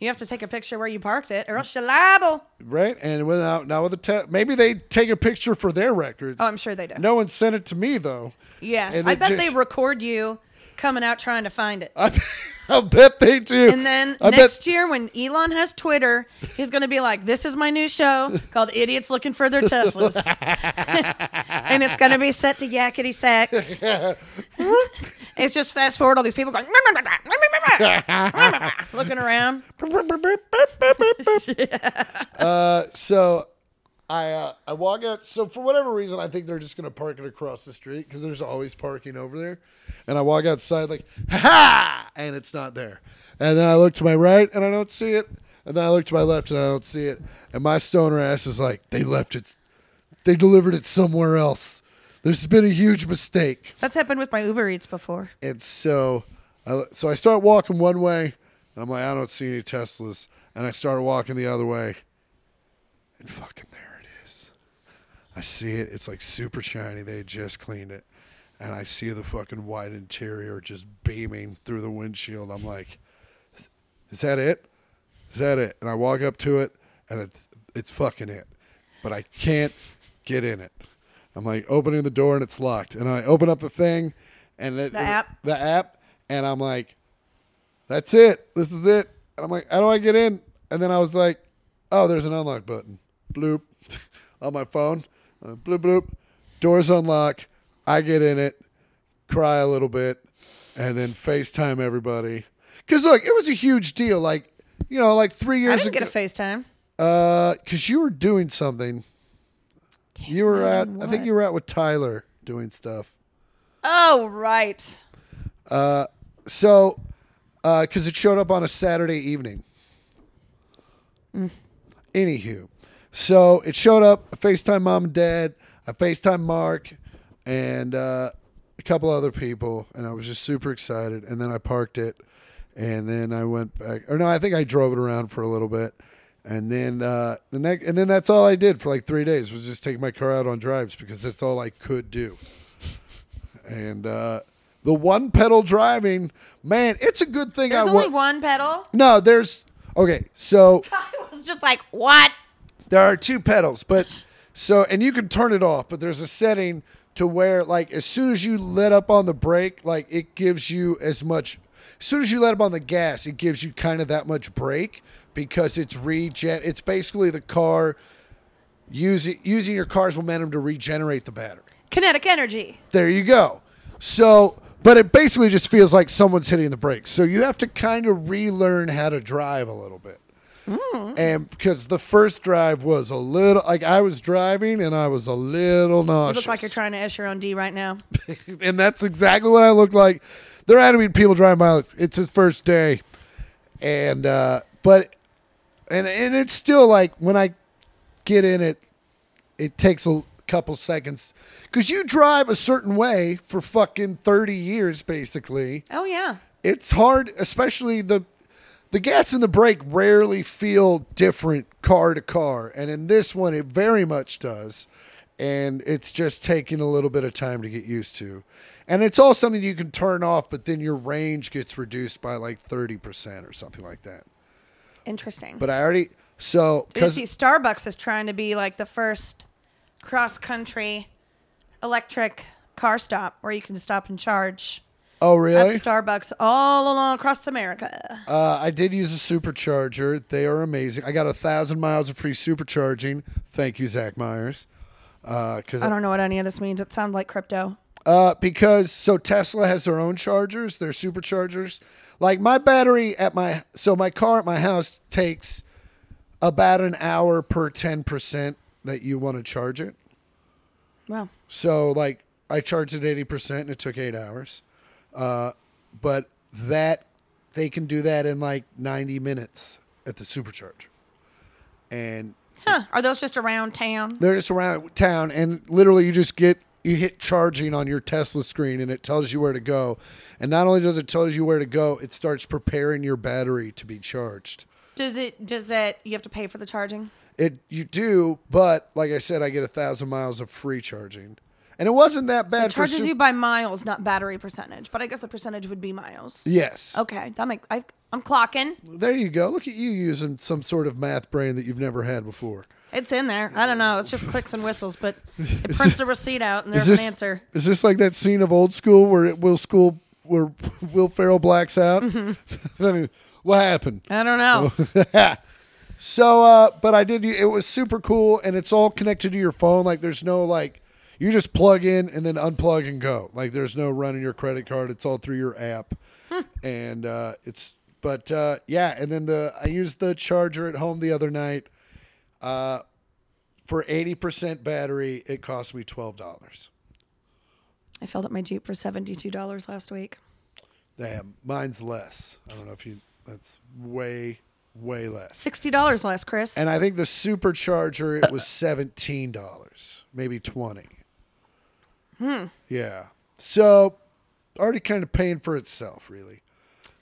Speaker 2: You have to take a picture where you parked it, or else you're liable.
Speaker 1: Right? And without now with the te- maybe they take a picture for their records.
Speaker 2: Oh, I'm sure they do.
Speaker 1: No one sent it to me though.
Speaker 2: Yeah,
Speaker 1: And
Speaker 2: I
Speaker 1: it
Speaker 2: bet
Speaker 1: just-
Speaker 2: they record you coming out trying to find it.
Speaker 1: I, I bet they do.
Speaker 2: And then
Speaker 1: I
Speaker 2: next year, when Elon has Twitter, he's going to be like, "This is my new show called Idiots Looking for Their Teslas," and it's going to be set to yakety sax. it's just fast forward all these people going looking around.
Speaker 1: uh, so I uh, I walk out. So for whatever reason, I think they're just gonna park it across the street because there's always parking over there. And I walk outside like ha, and it's not there. And then I look to my right and I don't see it. And then I look to my left and I don't see it. And my stoner ass is like, they left it. They delivered it somewhere else. There's been a huge mistake.
Speaker 2: That's happened with my Uber Eats before.
Speaker 1: And so, I, so I start walking one way, and I'm like, I don't see any Teslas. And I start walking the other way, and fucking there it is. I see it. It's like super shiny. They had just cleaned it, and I see the fucking white interior just beaming through the windshield. I'm like, "Is- is that it? Is that it? And I walk up to it, and it's it's fucking it, but I can't get in it. I'm like opening the door, and it's locked. And I open up the thing, and it,
Speaker 2: The app?
Speaker 1: the app, and I'm like, that's it. This is it. And I'm like, how do I get in? And then I was like, oh, there's an unlock button. Bloop. On my phone. Uh, bloop, bloop. Doors unlock. I get in it, cry a little bit, and then FaceTime everybody. Because, look, it was a huge deal. Like, you know, like three
Speaker 2: I
Speaker 1: years
Speaker 2: didn't
Speaker 1: ago.
Speaker 2: get a FaceTime.
Speaker 1: Because you were doing something. you were at,
Speaker 2: remember
Speaker 1: I think
Speaker 2: what.
Speaker 1: you were out with Tyler doing stuff.
Speaker 2: Oh right.
Speaker 1: So, because it showed up on a Saturday evening. Anywho, so it showed up. I FaceTime mom and dad. I FaceTime Mark and uh, a couple other people, and I was just super excited. And then I parked it, and then I went back. Or no, I think I drove it around for a little bit, and then uh, the next, and then that's all I did for like three days was just take my car out on drives because that's all I could do and uh, the one pedal driving man it's a good thing
Speaker 2: There's
Speaker 1: i
Speaker 2: only
Speaker 1: wa-
Speaker 2: one pedal.
Speaker 1: no there's okay so
Speaker 2: I was just like, what?
Speaker 1: there are two pedals but so and you can turn it off but there's a setting to where like as soon as you let up on the brake like it gives you as much as soon as you let up on the gas it gives you kind of that much brake because it's regen it's basically the car using using your car's momentum to regenerate the battery
Speaker 2: Kinetic energy.
Speaker 1: There you go. So, but it basically just feels like someone's hitting the brakes. So you have to kind of relearn how to drive a little bit.
Speaker 2: Mm.
Speaker 1: And because the first drive was a little like I was driving and I was a little
Speaker 2: You
Speaker 1: nauseous.
Speaker 2: look like you're trying to Escheron D right now.
Speaker 1: and that's exactly what I looked like. There had to be people driving by. like, It's his first day, and uh, but and and it's still like when I get in it, it takes a couple seconds because you drive a certain way for fucking thirty years basically.
Speaker 2: Oh yeah.
Speaker 1: It's hard, especially the the gas and the brake rarely feel different car to car, and in this one, it very much does. And it's just taking a little bit of time to get used to, and it's all something you can turn off, but then your range gets reduced by like thirty percent or something like that.
Speaker 2: Interesting.
Speaker 1: But I already so
Speaker 2: You
Speaker 1: because
Speaker 2: see, Starbucks is trying to be like the first cross country electric car stop where you can stop and charge
Speaker 1: oh
Speaker 2: at
Speaker 1: really?
Speaker 2: Starbucks all along across America.
Speaker 1: Uh, I did use a supercharger. They are amazing. I got a thousand miles of free supercharging. Thank you, Zach Myers. Uh, cause
Speaker 2: I don't know what any of this means. It sounds like crypto.
Speaker 1: Uh, because so Tesla has their own chargers, their superchargers. Like my battery at my so my car at my house takes about an hour per ten percent that you want to charge it.
Speaker 2: Well,
Speaker 1: So like I charged it eighty percent and it took eight hours. Uh, but that they can do that in like ninety minutes at the supercharger, and
Speaker 2: huh? Are those just around town?
Speaker 1: they're just around town and literally you just get you hit charging on your tesla screen and it tells you where to go and not only does it tell you where to go it starts preparing your battery to be charged
Speaker 2: Does it? Does it? You have to pay for the charging.
Speaker 1: it you do but like i said i get a thousand miles of free charging and it wasn't that bad for
Speaker 2: Charges
Speaker 1: su-
Speaker 2: you by miles, not battery percentage. But I guess the percentage would be miles.
Speaker 1: yes
Speaker 2: Okay, that makes. I, I'm clocking.
Speaker 1: there you go look at you using some sort of math brain that you've never had before
Speaker 2: It's in there. I don't know. It's just clicks and whistles, but it prints a receipt out and there's
Speaker 1: is this
Speaker 2: an answer.
Speaker 1: is this like that scene of old school where it will school where Will Ferrell blacks out.
Speaker 2: Mm-hmm.
Speaker 1: Then he- what happened?
Speaker 2: I don't
Speaker 1: Oh.
Speaker 2: know.
Speaker 1: So, uh, but I did. It was super cool, and it's all connected to your phone. Like, there's no like, you just plug in and then unplug and go. Like, there's no running your credit card. It's all through your app, and uh, it's. But uh, yeah, and then the I used the charger at home the other night. Uh, for eighty percent battery, it cost me twelve dollars.
Speaker 2: I filled up my Jeep for $72 last week.
Speaker 1: Damn, mine's less. I don't know if you. That's way, way less.
Speaker 2: $60 less, Chris.
Speaker 1: And I think the supercharger it was seventeen dollars, maybe twenty. Hmm. Yeah. So already kind of paying for itself, really.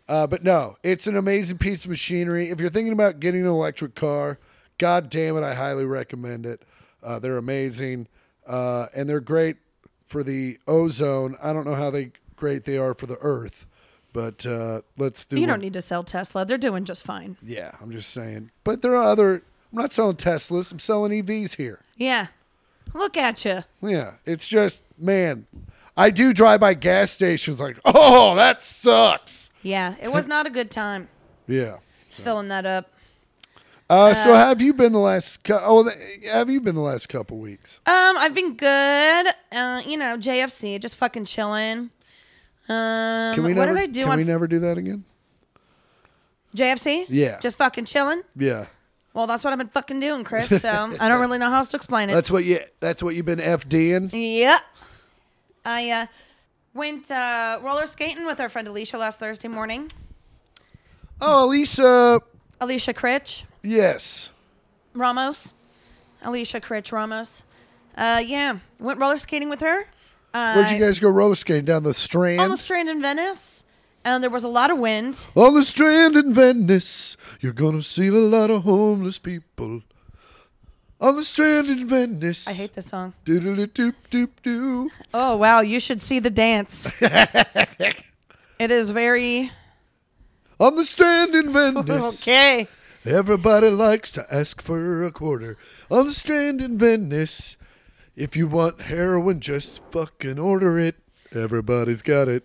Speaker 1: Uh, but no, it's an amazing piece of machinery. If you're thinking about getting an electric car, god damn it, I highly recommend it. Uh, they're amazing, uh, and they're great for the ozone. I don't know how they great they are for the Earth, but uh, let's do.
Speaker 2: you
Speaker 1: one-
Speaker 2: don't need to sell Tesla. They're doing just fine.
Speaker 1: yeah, I'm just saying. But there are other. I'm not selling Teslas. I'm selling EVs here.
Speaker 2: Yeah. Look at you.
Speaker 1: Yeah, it's just man. I do drive by gas stations like, oh, that sucks.
Speaker 2: Yeah. It was not a good time
Speaker 1: Yeah.
Speaker 2: filling that up.
Speaker 1: Uh, so have you been the last? Cu- oh, th- have you been the last couple weeks?
Speaker 2: Um, I've been good. Uh, you know, JFC, just fucking chilling. Um,
Speaker 1: Can we
Speaker 2: what
Speaker 1: never?
Speaker 2: did I do
Speaker 1: can
Speaker 2: on
Speaker 1: we
Speaker 2: f-
Speaker 1: never do that again?
Speaker 2: JFC?
Speaker 1: Yeah.
Speaker 2: Just fucking chilling.
Speaker 1: Yeah.
Speaker 2: Well, that's what I've been fucking doing, Chris. So I don't really know how else to explain it.
Speaker 1: That's what you. That's what you've been FDing.
Speaker 2: Yeah. I uh, went uh, roller skating with our friend Alicia last Thursday morning.
Speaker 1: Oh, Elisa.
Speaker 2: Alicia Critch
Speaker 1: Yes.
Speaker 2: Ramos. Alicia Critch Ramos. Uh, yeah. Went roller skating with her. Uh,
Speaker 1: Where'd you guys go roller skating down the Strand?
Speaker 2: On the strand in Venice. And there was a lot of wind.
Speaker 1: On the Strand in Venice, you're gonna see a lot of homeless people. On the Strand in Venice.
Speaker 2: I hate this song.
Speaker 1: Doodle doop doop doo.
Speaker 2: Oh wow, you should see the dance. it is very
Speaker 1: On the Strand in Venice.
Speaker 2: okay.
Speaker 1: Everybody likes to ask for a quarter. On the Strand in Venice. If you want heroin, just fucking order it. Everybody's got it.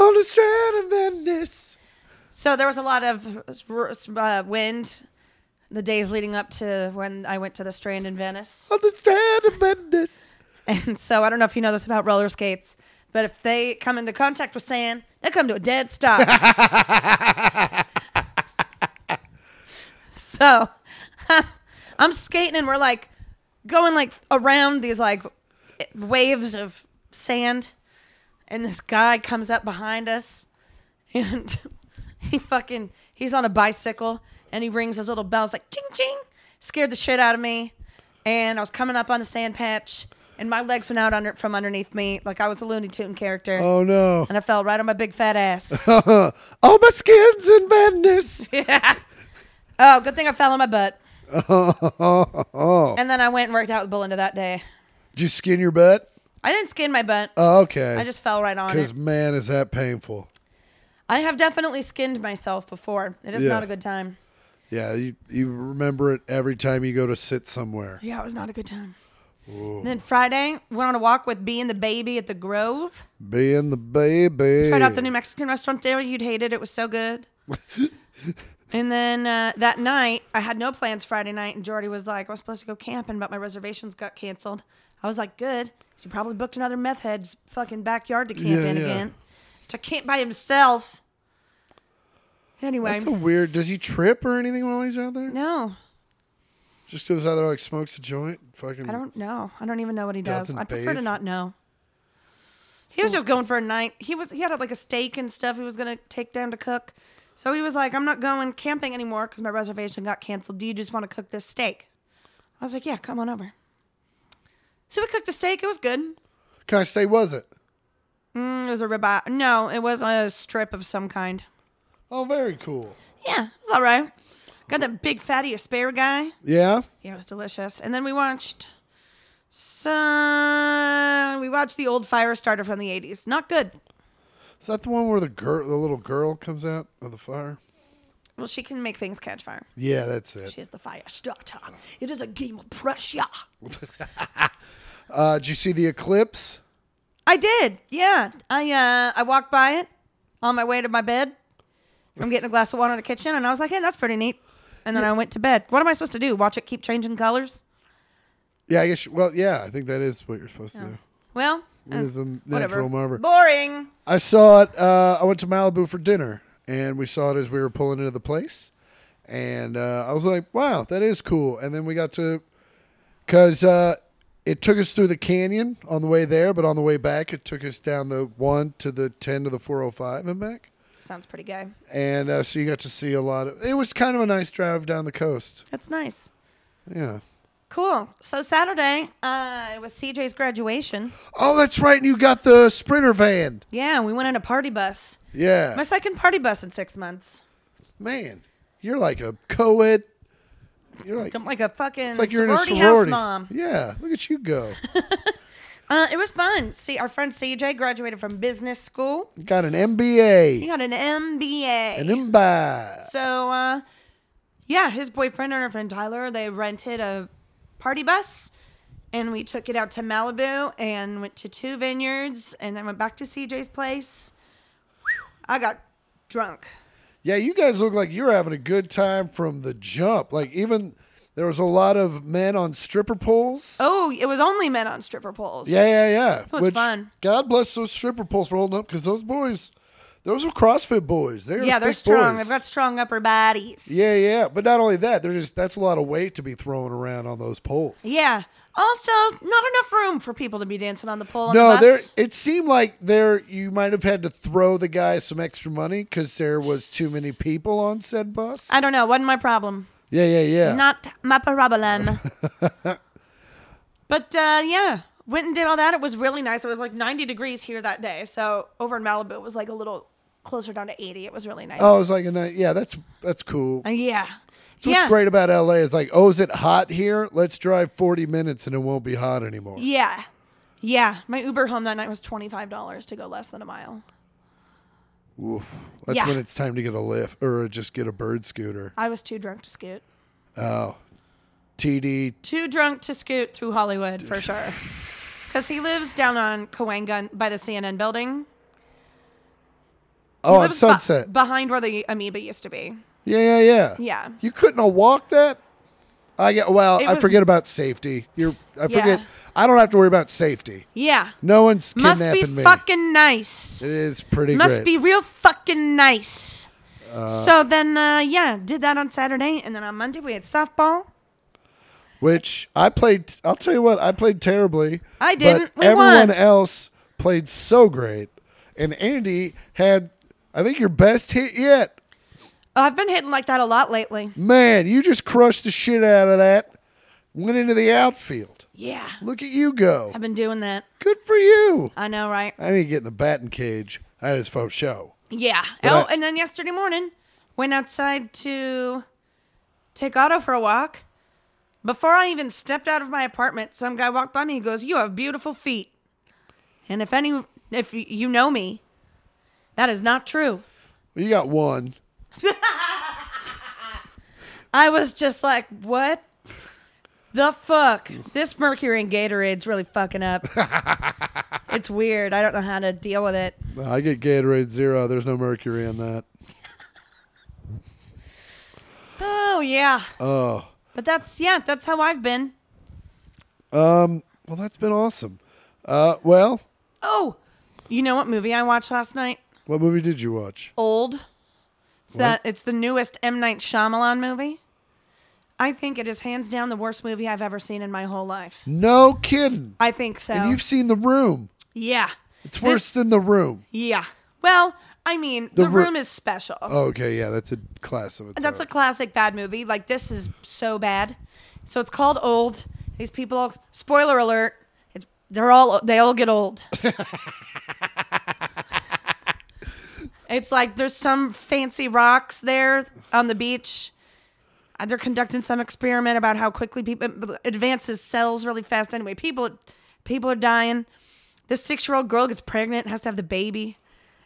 Speaker 1: On the Strand in Venice.
Speaker 2: So there was a lot of uh, wind the days leading up to when I went to the Strand in Venice.
Speaker 1: On the Strand in Venice.
Speaker 2: And so I don't know if you know this about roller skates, but if they come into contact with sand, they come to a dead stop. so I'm skating and we're like going like around these like waves of sand and this guy comes up behind us and he fucking he's on a bicycle and he rings his little bell. It's like ching ching. Scared the shit out of me. And I was coming up on a sand patch and my legs went out under from underneath me like I was a Looney Tune character.
Speaker 1: Oh no.
Speaker 2: And I fell right on my big fat ass.
Speaker 1: All my skin's in Venice.
Speaker 2: oh, good thing I fell on my butt. and then I went and worked out with Belinda that day.
Speaker 1: Did you skin your butt?
Speaker 2: I didn't skin my butt.
Speaker 1: Oh, okay.
Speaker 2: I just fell right on
Speaker 1: Because
Speaker 2: it.
Speaker 1: man, is that painful.
Speaker 2: I have definitely skinned myself before. It is
Speaker 1: Yeah.
Speaker 2: not a good time.
Speaker 1: Yeah, you, you remember it every time you go to sit somewhere.
Speaker 2: Yeah, it was not a good time. And then Friday, went on a walk with B and the baby at the Grove.
Speaker 1: Being the baby.
Speaker 2: Tried out the new Mexican restaurant there. You'd hate it. It was so good. and then uh, that night, I had no plans Friday night, and Jordy was like, I was supposed to go camping, but my reservations got canceled. I was like, good. She probably booked another meth head's fucking backyard to camp
Speaker 1: Yeah,
Speaker 2: in
Speaker 1: yeah.
Speaker 2: again. To camp by himself. Anyway,
Speaker 1: That's a weird. Does he trip or anything while he's out there?
Speaker 2: no,
Speaker 1: Just goes out there like smokes a joint. Fucking.
Speaker 2: I don't know. I don't even know what he does.
Speaker 1: Doesn't
Speaker 2: I prefer to
Speaker 1: bathe.
Speaker 2: not know. He was just going for a night. He was he had like a steak and stuff he was gonna take down to cook. So he was like, "I'm not going camping anymore because my reservation got canceled. Do you just want to cook this steak?" I was like, "Yeah, come on over." So we cooked the steak. It was good.
Speaker 1: What kind of steak was it?
Speaker 2: Mm, it was a ribeye. No, it was a strip of some kind.
Speaker 1: Oh, very cool.
Speaker 2: Yeah, it was all right. Got that big fatty asparagus.
Speaker 1: Yeah.
Speaker 2: Yeah, it was delicious. And then we watched some. We watched the old fire starter from the '80s. Not good.
Speaker 1: Is that the one where the girl, the little girl, comes out of the fire?
Speaker 2: Well, she can make things catch fire.
Speaker 1: Yeah, that's it.
Speaker 2: She is the fire starter. It is a game of pressure.
Speaker 1: Uh, did you see the eclipse?
Speaker 2: I did. Yeah, I uh, I walked by it. on my way to my bed. I'm getting a glass of water in the kitchen, and I was like, "Hey, that's pretty neat." And then I went to bed. What am I supposed to do? Watch it keep changing colors?
Speaker 1: Yeah, I guess. Well, yeah, I think that is what you're supposed to do.
Speaker 2: Well, uh,
Speaker 1: It is a
Speaker 2: Oh. whatever.
Speaker 1: natural marvel.
Speaker 2: Boring.
Speaker 1: I saw it. Uh, I went to Malibu for dinner, and we saw it as we were pulling into the place, and uh, I was like, "Wow, that is cool." And then we got to, because uh, it took us through the canyon on the way there, but on the way back, it took us down the one to the ten to the four hundred five and back.
Speaker 2: Sounds pretty gay.
Speaker 1: And uh, so you got to see a lot of. It was kind of a nice drive down the coast.
Speaker 2: That's nice.
Speaker 1: Yeah.
Speaker 2: Cool. So Saturday, uh, it was CJ's graduation.
Speaker 1: Oh, that's right. And you got the sprinter van.
Speaker 2: Yeah, we went in a party bus.
Speaker 1: Yeah.
Speaker 2: My second party bus in six months.
Speaker 1: Man, you're like a co-ed. You're like
Speaker 2: I'm like a fucking
Speaker 1: It's like you're in a
Speaker 2: sorority,
Speaker 1: sorority.
Speaker 2: house mom.
Speaker 1: Yeah, look at you go.
Speaker 2: Uh, it was fun. See, our friend CJ graduated from business school.
Speaker 1: You got an
Speaker 2: He
Speaker 1: MBA,
Speaker 2: got an MBA.
Speaker 1: an MBA.
Speaker 2: So, uh, yeah, his boyfriend and her friend Tyler, they rented a party bus and we took it out to Malibu and went to two vineyards and then went back to CJ's place. Whew, I got drunk.
Speaker 1: Yeah, you guys look like you're having a good time from the jump. Like even there was a lot of men on stripper poles.
Speaker 2: Oh, it was only men on stripper poles.
Speaker 1: Yeah, yeah, yeah. It
Speaker 2: was fun.
Speaker 1: God bless those stripper poles for holding up because those boys, those are CrossFit boys. They're
Speaker 2: Yeah, they're
Speaker 1: thick
Speaker 2: strong.
Speaker 1: boys.
Speaker 2: They've got strong upper bodies.
Speaker 1: Yeah, yeah. But not only that, they're just that's a lot of weight to be thrown around on those poles.
Speaker 2: Yeah. Also, not enough room for people to be dancing on the pole. On
Speaker 1: No,
Speaker 2: the
Speaker 1: there.
Speaker 2: bus.
Speaker 1: It seemed like there you might have had to throw the guy some extra money because there was too many people on said bus.
Speaker 2: I don't know. Wasn't my problem.
Speaker 1: yeah, yeah, yeah.
Speaker 2: Not my problem. but uh, yeah, went and did all that. It was really nice. It was like 90 degrees here that day. So over in Malibu, it was like a little closer down to 80. It was really nice.
Speaker 1: oh, it's like a night. Yeah, that's that's cool.
Speaker 2: Uh, yeah.
Speaker 1: So
Speaker 2: yeah.
Speaker 1: what's great about LA is like, oh, is it hot here? Let's drive forty minutes and it won't be hot anymore.
Speaker 2: Yeah. Yeah. My Uber home that night was $25 to go less than a mile.
Speaker 1: Oof. That's
Speaker 2: Yeah. Uh,
Speaker 1: when it's time to get a lift or just get a bird scooter.
Speaker 2: I was too drunk to scoot.
Speaker 1: TD.
Speaker 2: Too drunk to scoot through Hollywood for sure. Because he lives down on Cahuenga by the CNN building. He
Speaker 1: Oh, at
Speaker 2: lives bu-
Speaker 1: sunset.
Speaker 2: behind where the amoeba used to be.
Speaker 1: yeah, yeah, yeah.
Speaker 2: Yeah.
Speaker 1: You couldn't have walked that. I get. Well,
Speaker 2: It
Speaker 1: I
Speaker 2: was-
Speaker 1: forget about safety. You're. I
Speaker 2: Yeah.
Speaker 1: forget. I don't have to worry about safety.
Speaker 2: Yeah.
Speaker 1: No one's
Speaker 2: Must
Speaker 1: kidnapping
Speaker 2: be
Speaker 1: me.
Speaker 2: fucking nice.
Speaker 1: it is pretty
Speaker 2: Must
Speaker 1: great.
Speaker 2: be real fucking nice. so then, uh, yeah, did that on Saturday, and then on Monday we had softball.
Speaker 1: Which I played. I'll tell you what. I played terribly.
Speaker 2: I
Speaker 1: but
Speaker 2: didn't. We
Speaker 1: everyone
Speaker 2: won.
Speaker 1: else played so great, and Andy had. I think your best hit yet.
Speaker 2: Oh, I've been hitting like that a lot lately.
Speaker 1: Man, you just crushed the shit out of that. Went into the outfield.
Speaker 2: Yeah,
Speaker 1: Look at you go.
Speaker 2: I've been doing that.
Speaker 1: Good for you.
Speaker 2: I know, right?
Speaker 1: I need to get in the batting cage. That is for show.
Speaker 2: Yeah.
Speaker 1: But
Speaker 2: oh,
Speaker 1: I-
Speaker 2: and then yesterday morning, went outside to take Otto for a walk. Before I even stepped out of my apartment, some guy walked by me. He goes, "You have beautiful feet." And if any, if y- you know me, that is not true.
Speaker 1: You got one.
Speaker 2: I was just like, what the fuck? This mercury in Gatorade's really fucking up. it's weird. I don't know how to deal with it.
Speaker 1: I get Gatorade Zero. There's no mercury in that.
Speaker 2: Oh, yeah.
Speaker 1: Oh.
Speaker 2: But that's, yeah, that's how I've been.
Speaker 1: Well, that's been awesome. Uh, well,
Speaker 2: Oh, you know what movie I watched last night?
Speaker 1: what movie did you watch?
Speaker 2: Old. It's, that, it's the newest M. Night Shyamalan movie. I think it is hands down the worst movie I've ever seen in my whole life.
Speaker 1: No kidding.
Speaker 2: I think so.
Speaker 1: And you've seen The Room.
Speaker 2: yeah.
Speaker 1: It's
Speaker 2: This-
Speaker 1: worse than The Room.
Speaker 2: yeah. Well, I mean, The,
Speaker 1: The Ro-
Speaker 2: Room is special.
Speaker 1: Oh, okay, yeah, that's a class of its
Speaker 2: That's a
Speaker 1: own.
Speaker 2: classic bad movie. Like this is so bad. So it's called Old. These people. Spoiler alert. It's they're all they all get old. it's like there's some fancy rocks there on the beach. And they're conducting some experiment about how quickly people advances cells really fast. Anyway, people people are dying. This six year old girl gets pregnant, has to have the baby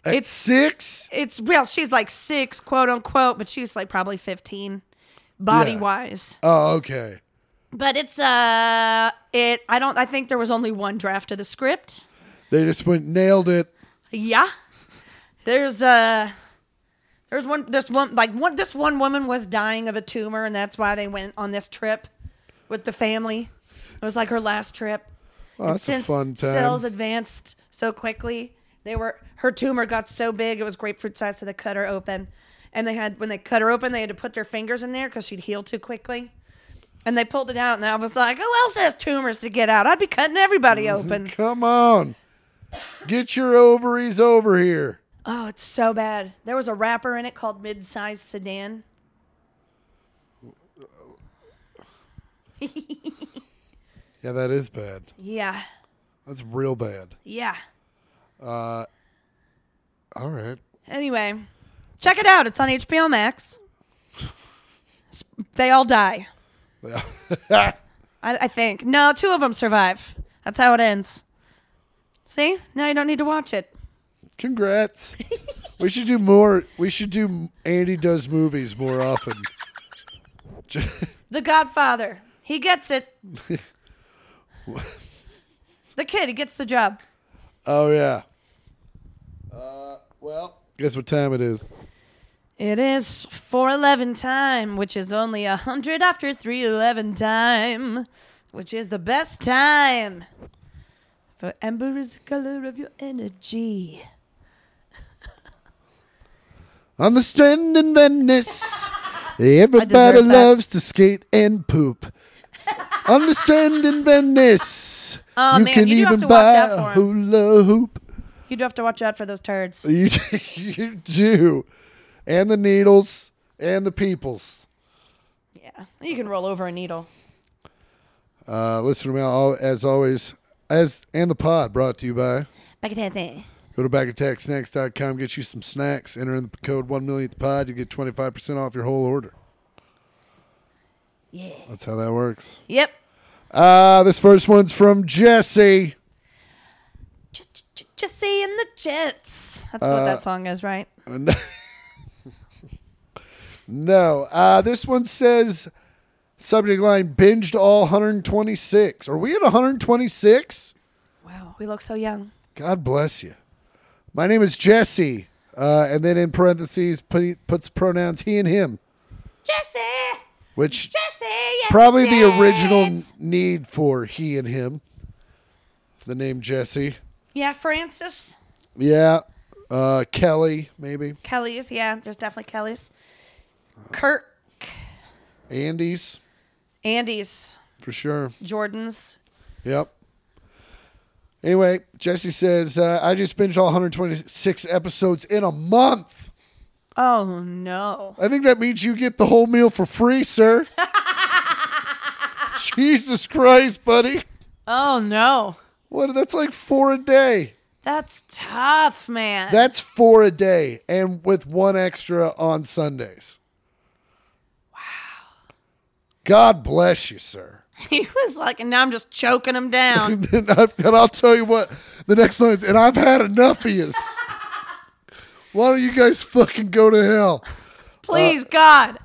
Speaker 1: It's six.
Speaker 2: it's well, she's like six, quote unquote, but she's like probably fifteen, body
Speaker 1: Yeah.
Speaker 2: wise.
Speaker 1: Oh, okay.
Speaker 2: But it's uh, it. I don't. I think there was only one draft of the script.
Speaker 1: They just went nailed it.
Speaker 2: Yeah, There's uh there's one this one like one this one woman was dying of a tumor and that's why they went on this trip with the family. It was like her last trip.
Speaker 1: Well, Oh, that's a
Speaker 2: Since
Speaker 1: fun time.
Speaker 2: cells advanced so quickly, they were her tumor got so big it was grapefruit size, so they cut her open. And they had when they cut her open, they had to put their fingers in there because she'd heal too quickly. And they pulled it out, and I was like, "Who else has tumors to get out? I'd be cutting everybody
Speaker 1: Mm-hmm.
Speaker 2: open."
Speaker 1: Come on. Get your ovaries over here.
Speaker 2: Oh, it's so bad. There was a wrapper in it called Midsize Sedan.
Speaker 1: Yeah, that is bad.
Speaker 2: Yeah,
Speaker 1: That's real bad.
Speaker 2: yeah.
Speaker 1: All right.
Speaker 2: Anyway, check it out. It's on HBO Max. S- They all die. I, I think. No, two of them survive. That's how it ends. See? Now you don't need to watch it.
Speaker 1: Congrats. we should do more. We should do Andy Does Movies more often. Ju-
Speaker 2: The Godfather. He gets it. the kid, he gets the job.
Speaker 1: oh, yeah. Uh, well, guess what time it is?
Speaker 2: It is 411 time, which is only 100 after 311 time, which is the best time. For amber is the color of your energy.
Speaker 1: On the strand in Venice, everybody
Speaker 2: deserve that.
Speaker 1: loves to skate and poop. On the strand in Venice,
Speaker 2: Oh,
Speaker 1: you
Speaker 2: man,
Speaker 1: can
Speaker 2: you do have
Speaker 1: even
Speaker 2: to watch
Speaker 1: buy
Speaker 2: out
Speaker 1: a
Speaker 2: for 'em.
Speaker 1: hula hoop.
Speaker 2: You do have to watch out for those turds.
Speaker 1: You, you do. And the needles and the peoples.
Speaker 2: Yeah. You can roll over a needle.
Speaker 1: Uh, listen to me all, as always, as and the pod brought to you by.
Speaker 2: Back at that.
Speaker 1: Go to backattacksnacks.com, get you some snacks. Enter in the code one millionth pod, you get twenty five percent off your whole order.
Speaker 2: Yeah.
Speaker 1: That's how that works.
Speaker 2: Yep.
Speaker 1: Uh, this first one's from Jesse.
Speaker 2: J- j- j- Jesse and the Jets. That's what that song is, right?
Speaker 1: no, uh, this one says subject line binged all 126. Are we at 126?
Speaker 2: Wow, we look so young.
Speaker 1: God bless you. My name is Jesse, uh, and then in parentheses put, puts pronouns he and him,
Speaker 2: Jesse!
Speaker 1: which
Speaker 2: Jesse! and
Speaker 1: probably the original n-
Speaker 2: Jets!
Speaker 1: need for he and him. The name Jesse,
Speaker 2: Yeah, Francis.
Speaker 1: yeah, uh, Kelly maybe,
Speaker 2: Kelly's, yeah, there's definitely Kelly's. Kirk,
Speaker 1: Andy's
Speaker 2: Andy's,
Speaker 1: for sure.
Speaker 2: Jordan's.
Speaker 1: Yep. Anyway, Jesse says, uh, I just binged all 126 episodes in a month.
Speaker 2: Oh no.
Speaker 1: I think that means you get the whole meal for free, sir. Jesus Christ, buddy.
Speaker 2: Oh no.
Speaker 1: What? That's like four a day.
Speaker 2: That's tough, man.
Speaker 1: That's four a day, and with one extra on Sundays. Wow. God bless you, sir.
Speaker 2: he was like, and now I'm just choking him down.
Speaker 1: and, I've, and I'll tell you what, the next line is, and I've had enough of you. Why don't you guys fucking go to hell?
Speaker 2: Please, God.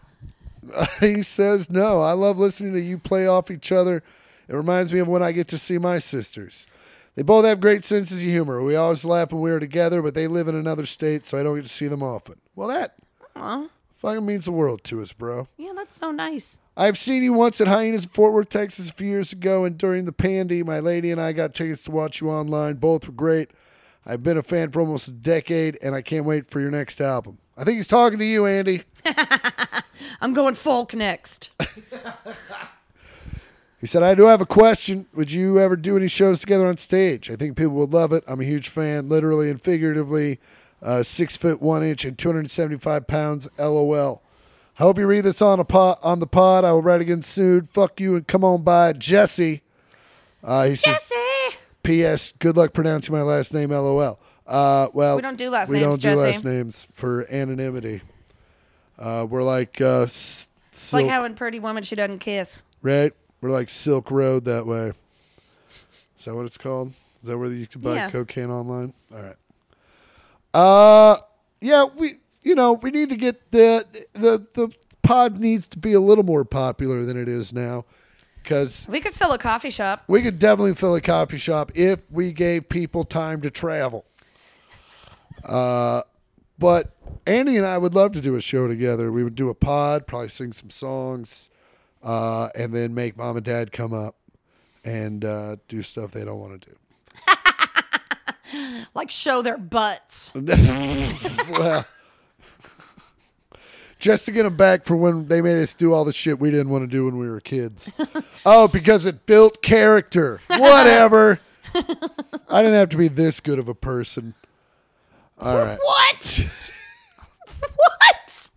Speaker 1: he says, no, I love listening to you play off each other. It reminds me of when I get to see my sisters. They both have great senses of humor. We always laugh when we are together, but they live in another state, so I don't get to see them often. Well, that
Speaker 2: Aw.
Speaker 1: fucking means the world to us, bro.
Speaker 2: Yeah, that's so nice.
Speaker 1: I've seen you once at Hyenas in Fort Worth, Texas, a few years ago, and during the pandy, my lady and I got tickets to watch you online. Both were great. I've been a fan for almost a decade, and I can't wait for your next album. I think he's talking to you, Andy.
Speaker 2: I'm going folk next.
Speaker 1: He said, I do have a question. Would you ever do any shows together on stage? I think people would love it. I'm a huge fan, literally and figuratively. Uh, six foot one inch and 275 pounds. LOL. I hope you read this on a pod, on the pod. I will write again soon. Fuck you and come on by, Jesse. Uh, he says,
Speaker 2: Jesse!
Speaker 1: P.S. Good luck pronouncing my last name. LOL. Uh, well,
Speaker 2: We don't do last
Speaker 1: we
Speaker 2: names,
Speaker 1: don't do
Speaker 2: Jesse.
Speaker 1: last names for anonymity. Uh, we're like uh, s-
Speaker 2: It's like
Speaker 1: silk-
Speaker 2: how in Pretty Woman she doesn't kiss.
Speaker 1: right? We're like Silk Road that way. Is that what it's called? Is that where you can buy
Speaker 2: Yeah.
Speaker 1: cocaine online? All right. Uh, yeah, we you know we need to get the the the pod needs to be a little more popular than it is now, because
Speaker 2: We could fill a coffee shop.
Speaker 1: we could definitely fill a copy shop if we gave people time to travel. Uh, But Annie and I would love to do a show together. We would do a pod, probably sing some songs, uh, and then make mom and dad come up and uh, do stuff they don't want to do.
Speaker 2: Like show their butts.
Speaker 1: well, just to get them back for when they made us do all the shit we didn't want to do when we were kids. oh, because it built character. Whatever. I didn't have to be this good of a person. All right.
Speaker 2: What? what?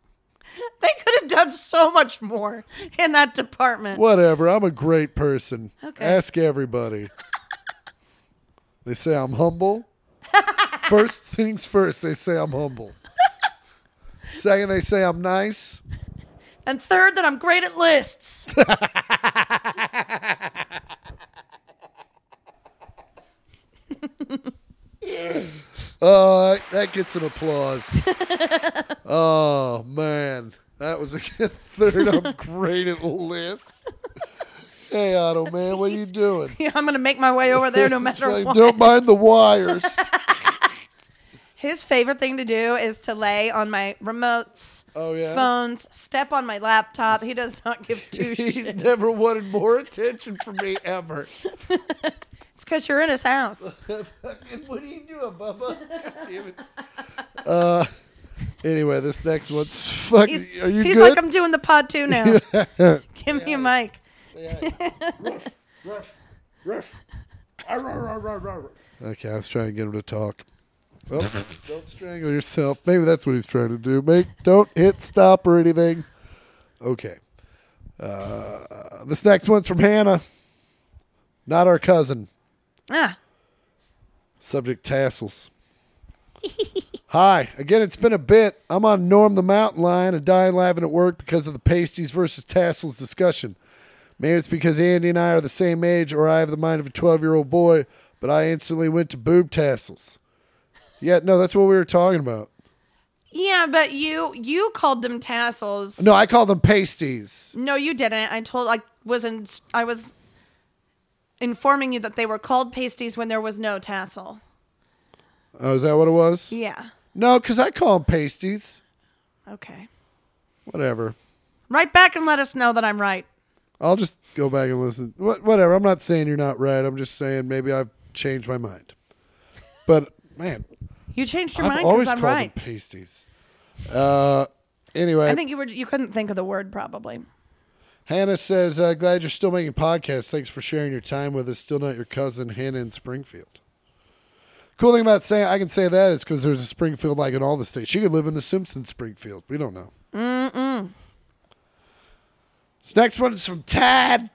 Speaker 2: They could have done so much more in that department.
Speaker 1: Whatever. I'm a great person.
Speaker 2: Okay.
Speaker 1: Ask everybody. they say I'm humble. first things first, they say I'm humble. Second, they say I'm nice.
Speaker 2: And third, that I'm great at lists.
Speaker 1: Uh, that gets an applause. oh man, that was a good third. I'm great at lists. Hey Otto, man, what are you doing?
Speaker 2: I'm gonna make my way over there no matter
Speaker 1: Like,
Speaker 2: what.
Speaker 1: Don't mind the wires.
Speaker 2: His favorite thing to do is to lay on my remotes,
Speaker 1: Oh, yeah?
Speaker 2: phones, step on my laptop. He does not give two
Speaker 1: He's
Speaker 2: shits.
Speaker 1: never wanted more attention from me ever.
Speaker 2: It's because you're in his house.
Speaker 1: what are you doing, Bubba? God damn it. Uh, anyway, this next one's fuck.
Speaker 2: He's,
Speaker 1: Are you
Speaker 2: he's
Speaker 1: good?
Speaker 2: like, I'm doing the pod too now. Give me a mic.
Speaker 1: Ruff, ruff. Arr, arr, arr, arr, arr. Okay, I was trying to get him to talk. Well, don't strangle yourself. Maybe that's what he's trying to do. Make don't hit stop or anything. Okay. Uh, this next one's from Hannah. Not our cousin.
Speaker 2: Ah,
Speaker 1: Subject tassels. Hi. Again, it's been a bit. I'm on Norm the Mountain Lion and dying laughing at work because of the pasties versus tassels discussion. Maybe it's because Andy and I are the same age or I have the mind of a 12 year old boy, but I instantly went to boob tassels. Yeah, no, that's what we were talking about.
Speaker 2: yeah, but you you called them tassels.
Speaker 1: No, I call them pasties.
Speaker 2: No, you didn't. I told I wasn't. I was informing you that they were called pasties when there was no tassel.
Speaker 1: Oh, is that what it was?
Speaker 2: Yeah.
Speaker 1: No, because I call them pasties.
Speaker 2: Okay.
Speaker 1: Whatever.
Speaker 2: Write back and let us know that I'm right.
Speaker 1: I'll just go back and listen. What, whatever. I'm not saying you're not right. I'm just saying maybe I've changed my mind. But man,
Speaker 2: You changed your
Speaker 1: I've
Speaker 2: mind
Speaker 1: always
Speaker 2: because
Speaker 1: called
Speaker 2: I'm right.
Speaker 1: them pasties. Uh, anyway,
Speaker 2: I think you were you couldn't think of the word probably.
Speaker 1: Hannah says, uh, "Glad you're still making podcasts. Thanks for sharing your time with us. Still not your cousin Hannah in Springfield." Cool thing about saying I can say that is because there's a Springfield like in all the states. She could live in the Simpson Springfield. We don't know. Mm-mm. This next one is from Tad.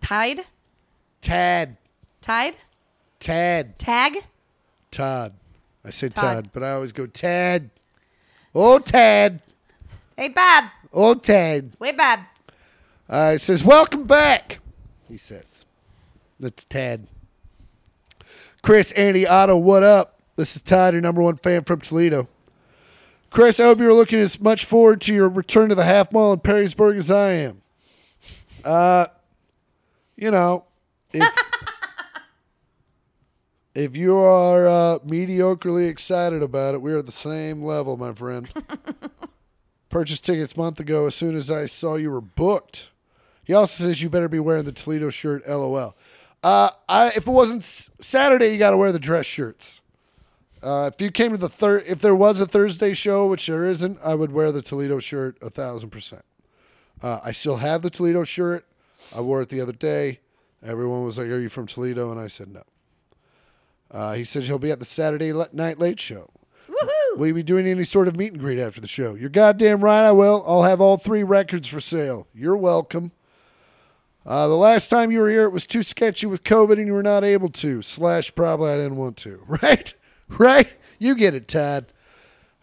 Speaker 2: Tide,
Speaker 1: Tad.
Speaker 2: tide,
Speaker 1: Tad.
Speaker 2: tag.
Speaker 1: Todd. I say Todd,
Speaker 2: Todd.
Speaker 1: but I always go Tad. Oh Tad.
Speaker 2: Hey Bob,
Speaker 1: Oh Tad.
Speaker 2: wait Bob.
Speaker 1: Uh, he says, "Welcome back." He says, "That's Tad." Chris, Andy, Otto, what up? This is Todd, your number one fan from Toledo. Chris, I hope you're looking as much forward to your return to the half mile in Perrysburg as I am. Uh, you know, if, if you are uh, mediocrely excited about it, we are at the same level, my friend. Purchased tickets month ago as soon as I saw you were booked. He also says you better be wearing the Toledo shirt, LOL. Uh, I, if it wasn't s- Saturday, you got to wear the dress shirts. Uh, if you came to the third, if there was a Thursday show, which there isn't, I would wear the Toledo shirt a thousand percent. Uh, I still have the Toledo shirt. I wore it the other day. Everyone was like, "Are you from Toledo?" And I said, "No." Uh, he said he'll be at the Saturday le- night late show. Will you be doing any sort of meet and greet after the show? You're goddamn right I will. I'll have all three records for sale. You're welcome. Uh, the last time you were here, it was too sketchy with COVID and you were not able to. Slash, probably I didn't want to. Right? Right? You get it, Todd.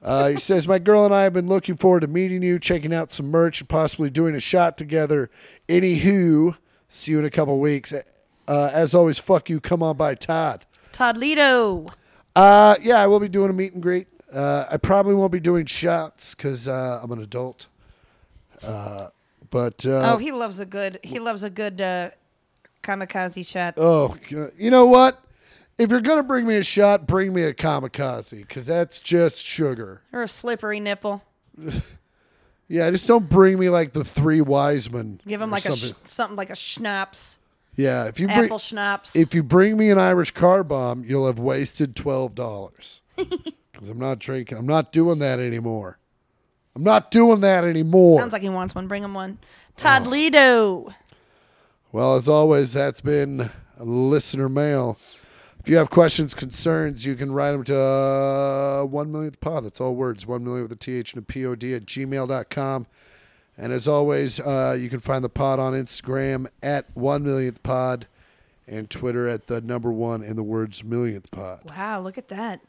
Speaker 1: Uh, he says, My girl and I have been looking forward to meeting you, checking out some merch, and possibly doing a shot together. Anywho, see you in a couple weeks. Uh, as always, fuck you. Come on by, Todd.
Speaker 2: Toddlito.
Speaker 1: Uh, yeah, I will be doing a meet and greet. Uh, I probably won't be doing shots because uh, I'm an adult. Uh, but uh,
Speaker 2: oh, he loves a good he loves a good uh, kamikaze shot.
Speaker 1: oh, God. you Oh, know what? if you're gonna bring me a shot, bring me a kamikaze, because that's just sugar.
Speaker 2: Or a slippery nipple.
Speaker 1: Yeah, just don't bring me like the three wise men.
Speaker 2: Give him
Speaker 1: or
Speaker 2: like a sh-
Speaker 1: something.
Speaker 2: something like a schnapps,
Speaker 1: yeah. If you bring
Speaker 2: apple schnapps.
Speaker 1: if you bring me an Irish car bomb, you'll have wasted twelve dollars. Because I'm not drinking. I'm not doing that anymore. I'm not doing that anymore.
Speaker 2: Sounds like he wants one. Bring him one. Todd Lido.
Speaker 1: Well, as always, that's been listener mail. If you have questions, concerns, you can write them to uh, 1 millionth pod. That's all words, 1 million with a TH and a POD at gmail.com. And as always, uh, you can find the pod on Instagram at 1 millionth pod and Twitter at the number one and the words millionth pod.
Speaker 2: Wow, look at that.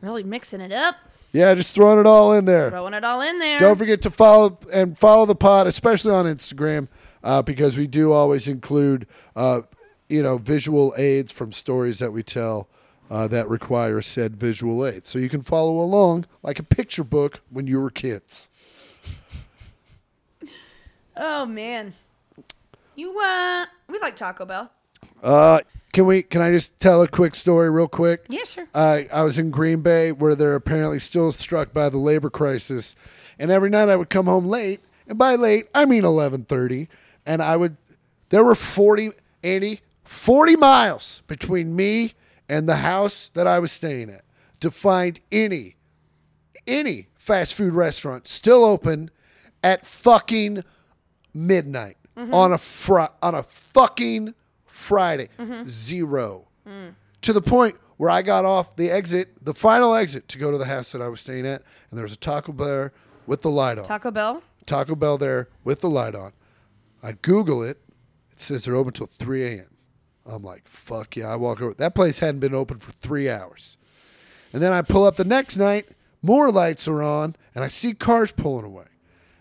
Speaker 2: Really mixing it up,
Speaker 1: Yeah, just throwing it all in there.
Speaker 2: throwing it all in there.
Speaker 1: Don't forget to follow and follow the pod, especially on Instagram, uh, because we do always include, uh, you know, visual aids from stories that we tell uh, that require said visual aids. So you can follow along like a picture book when you were kids.
Speaker 2: oh man, you uh, we like Taco Bell.
Speaker 1: Uh, can we? Can I just tell a quick story, real quick?
Speaker 2: Yeah, sure.
Speaker 1: I I was in Green Bay where they're apparently still struck by the labor crisis, and every night I would come home late, and by late I mean eleven thirty, and I would. There were 40, 80, 40 miles between me and the house that I was staying at to find any, any fast food restaurant still open at fucking midnight on a fr- on a fucking Friday. Zero to the point where I got off the exit, the final exit to go to the house that I was staying at, and there was a Taco Bell there with the light on.
Speaker 2: Taco Bell.
Speaker 1: Taco Bell there with the light on. I Google it. It says they're open till 3 a.m. I'm like, fuck yeah. I walk over. That place hadn't been open for three hours. And then I pull up the next night, more lights are on, and I see cars pulling away.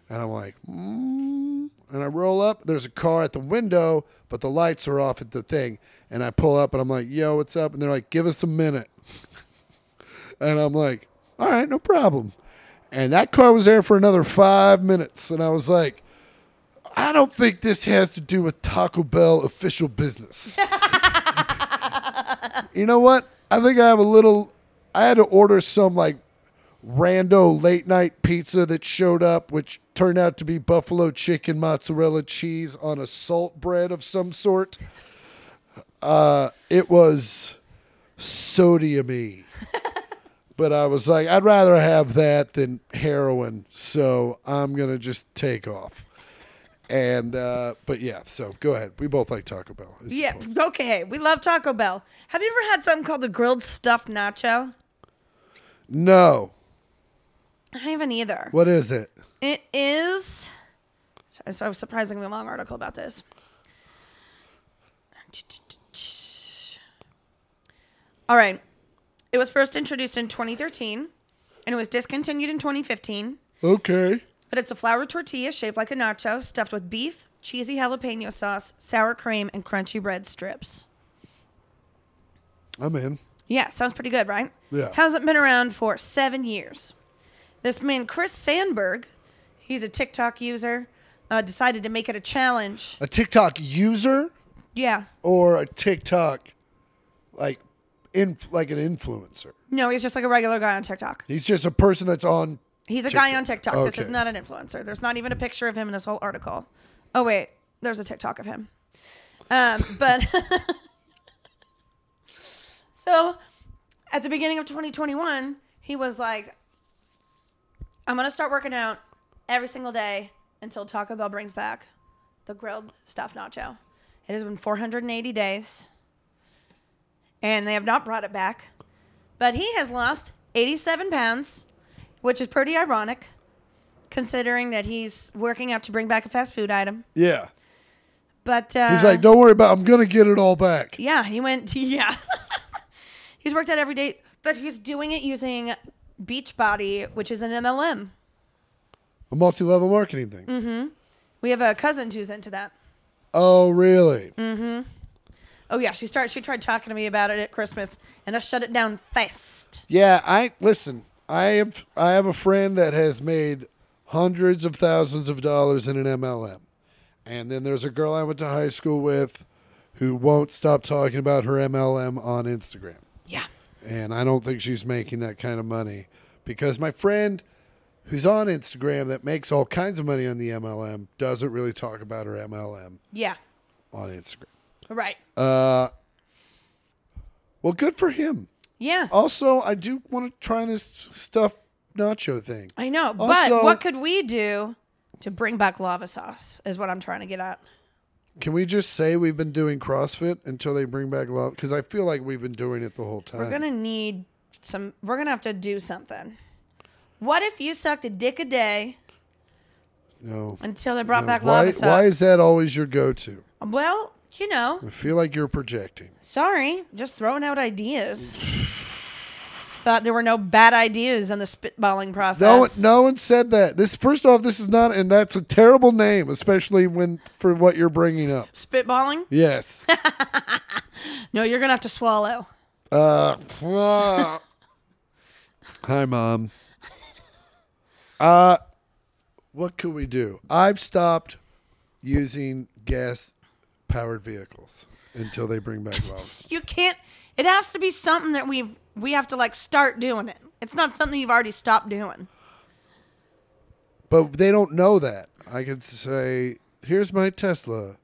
Speaker 1: And I'm like, mm. and I roll up. There's a car at the window, but the lights are off at the thing. And I pull up and I'm like, yo, what's up? And they're like, give us a minute. And I'm like, all right, no problem. And that car was there for another five minutes. And I was like, I don't think this has to do with Taco Bell official business. you know what? I think I have a little, I had to order some like rando late night pizza that showed up, which turned out to be buffalo chicken mozzarella cheese on a salt bread of some sort. Uh, it was sodiumy but I was like, I'd rather have that than heroin, so I'm gonna just take off. And uh, but yeah, so go ahead. We both like Taco Bell. is the
Speaker 2: Yeah,
Speaker 1: point.
Speaker 2: okay. We love Taco Bell. Have you ever had something called the grilled stuffed nacho?
Speaker 1: No.
Speaker 2: I haven't either.
Speaker 1: What is it?
Speaker 2: It is. Sorry, so I was surprisingly long article about this. All right. It was first introduced in 2013 and it was discontinued in 2015.
Speaker 1: Okay.
Speaker 2: But it's a flour tortilla shaped like a nacho, stuffed with beef, cheesy jalapeno sauce, sour cream, and crunchy bread strips.
Speaker 1: I'm in.
Speaker 2: Yeah, sounds pretty good, right?
Speaker 1: Yeah.
Speaker 2: Hasn't been around for seven years. This man, Chris Sandberg, he's a TikTok user, uh, decided to make it a challenge.
Speaker 1: A TikTok user
Speaker 2: Yeah.
Speaker 1: or a TikTok like in like an influencer.
Speaker 2: No, he's just like a regular guy on TikTok.
Speaker 1: He's just a person that's on
Speaker 2: He's a guy on TikTok. This is
Speaker 1: Okay.
Speaker 2: not an influencer. There's not even a picture of him in this whole article. Oh, wait. There's a TikTok of him. Um, but so at the beginning of 2021, he was like, I'm going to start working out every single day until Taco Bell brings back the grilled stuffed nacho. It has been 480 days, and they have not brought it back. But he has lost 87 pounds, which is pretty ironic considering that he's working out to bring back a fast food item.
Speaker 1: Yeah.
Speaker 2: But uh,
Speaker 1: He's like, Don't worry about it. I'm gonna get it all back.
Speaker 2: yeah, he went. Yeah, he's worked out every day, but he's doing it using Beachbody, which is an MLM.
Speaker 1: A multi level marketing thing.
Speaker 2: We have a cousin who's into that.
Speaker 1: Oh really?
Speaker 2: Oh yeah, she started. She tried talking to me about it at Christmas, and I shut it down fast.
Speaker 1: Yeah, I listen. I have I have a friend that has made hundreds of thousands of dollars in an MLM, and then there's a girl I went to high school with, who won't stop talking about her MLM on Instagram.
Speaker 2: Yeah.
Speaker 1: And I don't think she's making that kind of money because my friend who's on Instagram that makes all kinds of money on the MLM doesn't really talk about her MLM
Speaker 2: Yeah.
Speaker 1: on Instagram.
Speaker 2: Right.
Speaker 1: Uh, Well, good for him.
Speaker 2: yeah.
Speaker 1: Also, I do want to try this stuff nacho thing.
Speaker 2: I know.
Speaker 1: Also-
Speaker 2: but what could we do to bring back lava sauce is what I'm trying to get at.
Speaker 1: Can we just say we've been doing CrossFit until they bring back love? Because I feel like we've been doing it the whole time.
Speaker 2: We're gonna need some. We're gonna have to do something. What if you sucked a dick a day
Speaker 1: no.
Speaker 2: until they brought
Speaker 1: No.
Speaker 2: back
Speaker 1: why,
Speaker 2: lava sauce?
Speaker 1: why is that always your go-to?
Speaker 2: Well, you know,
Speaker 1: I feel like you're projecting.
Speaker 2: sorry, just throwing out ideas. Thought there were no bad ideas in the spitballing process.
Speaker 1: No, one, no one said that. This first off, this is not, and that's a terrible name, especially when for what you're bringing up.
Speaker 2: Spitballing?
Speaker 1: Yes.
Speaker 2: No, you're gonna have to swallow.
Speaker 1: Uh, uh, hi, mom. Uh, what could we do? I've stopped using gas-powered vehicles until they bring back love.
Speaker 2: You can't. It has to be something that we've we have to like start doing it. It's not something you've already stopped doing.
Speaker 1: But they don't know that. I could say, "Here's my Tesla.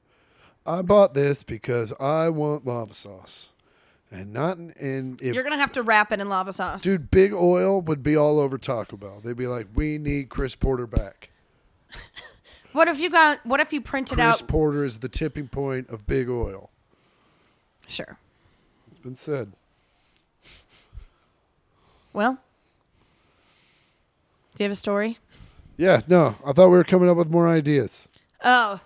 Speaker 1: I bought this because I want lava sauce, and not in- in if."
Speaker 2: You're gonna have to wrap it in lava sauce.
Speaker 1: Dude, Big Oil would be all over Taco Bell. They'd be like, "We need Chris Porter back."
Speaker 2: What if you got? What if you printed
Speaker 1: Chris
Speaker 2: out?
Speaker 1: Porter is the tipping point of Big Oil.
Speaker 2: Sure.
Speaker 1: It's been said.
Speaker 2: Well, do you have a story?
Speaker 1: Yeah, no, I thought we were coming up with more ideas.
Speaker 2: Oh.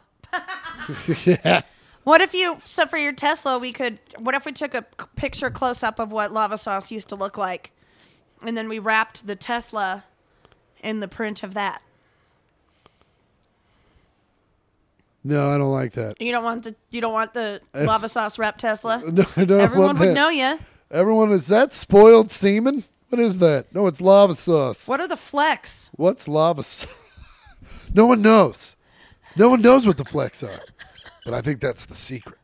Speaker 2: What if you, so for your Tesla, we could, what if we took a c- picture close up of what lava sauce used to look like and then we wrapped the Tesla in the print of that?
Speaker 1: No, I don't like that.
Speaker 2: You don't want the, you don't want the lava sauce wrapped Tesla?
Speaker 1: No, I don't
Speaker 2: Everyone
Speaker 1: want
Speaker 2: would
Speaker 1: that.
Speaker 2: know you.
Speaker 1: Everyone, is that spoiled semen? What is that? No, it's lava sauce.
Speaker 2: What are the flex?
Speaker 1: What's lava sauce? no one knows. No one knows what the flecks are. But I think that's the secret.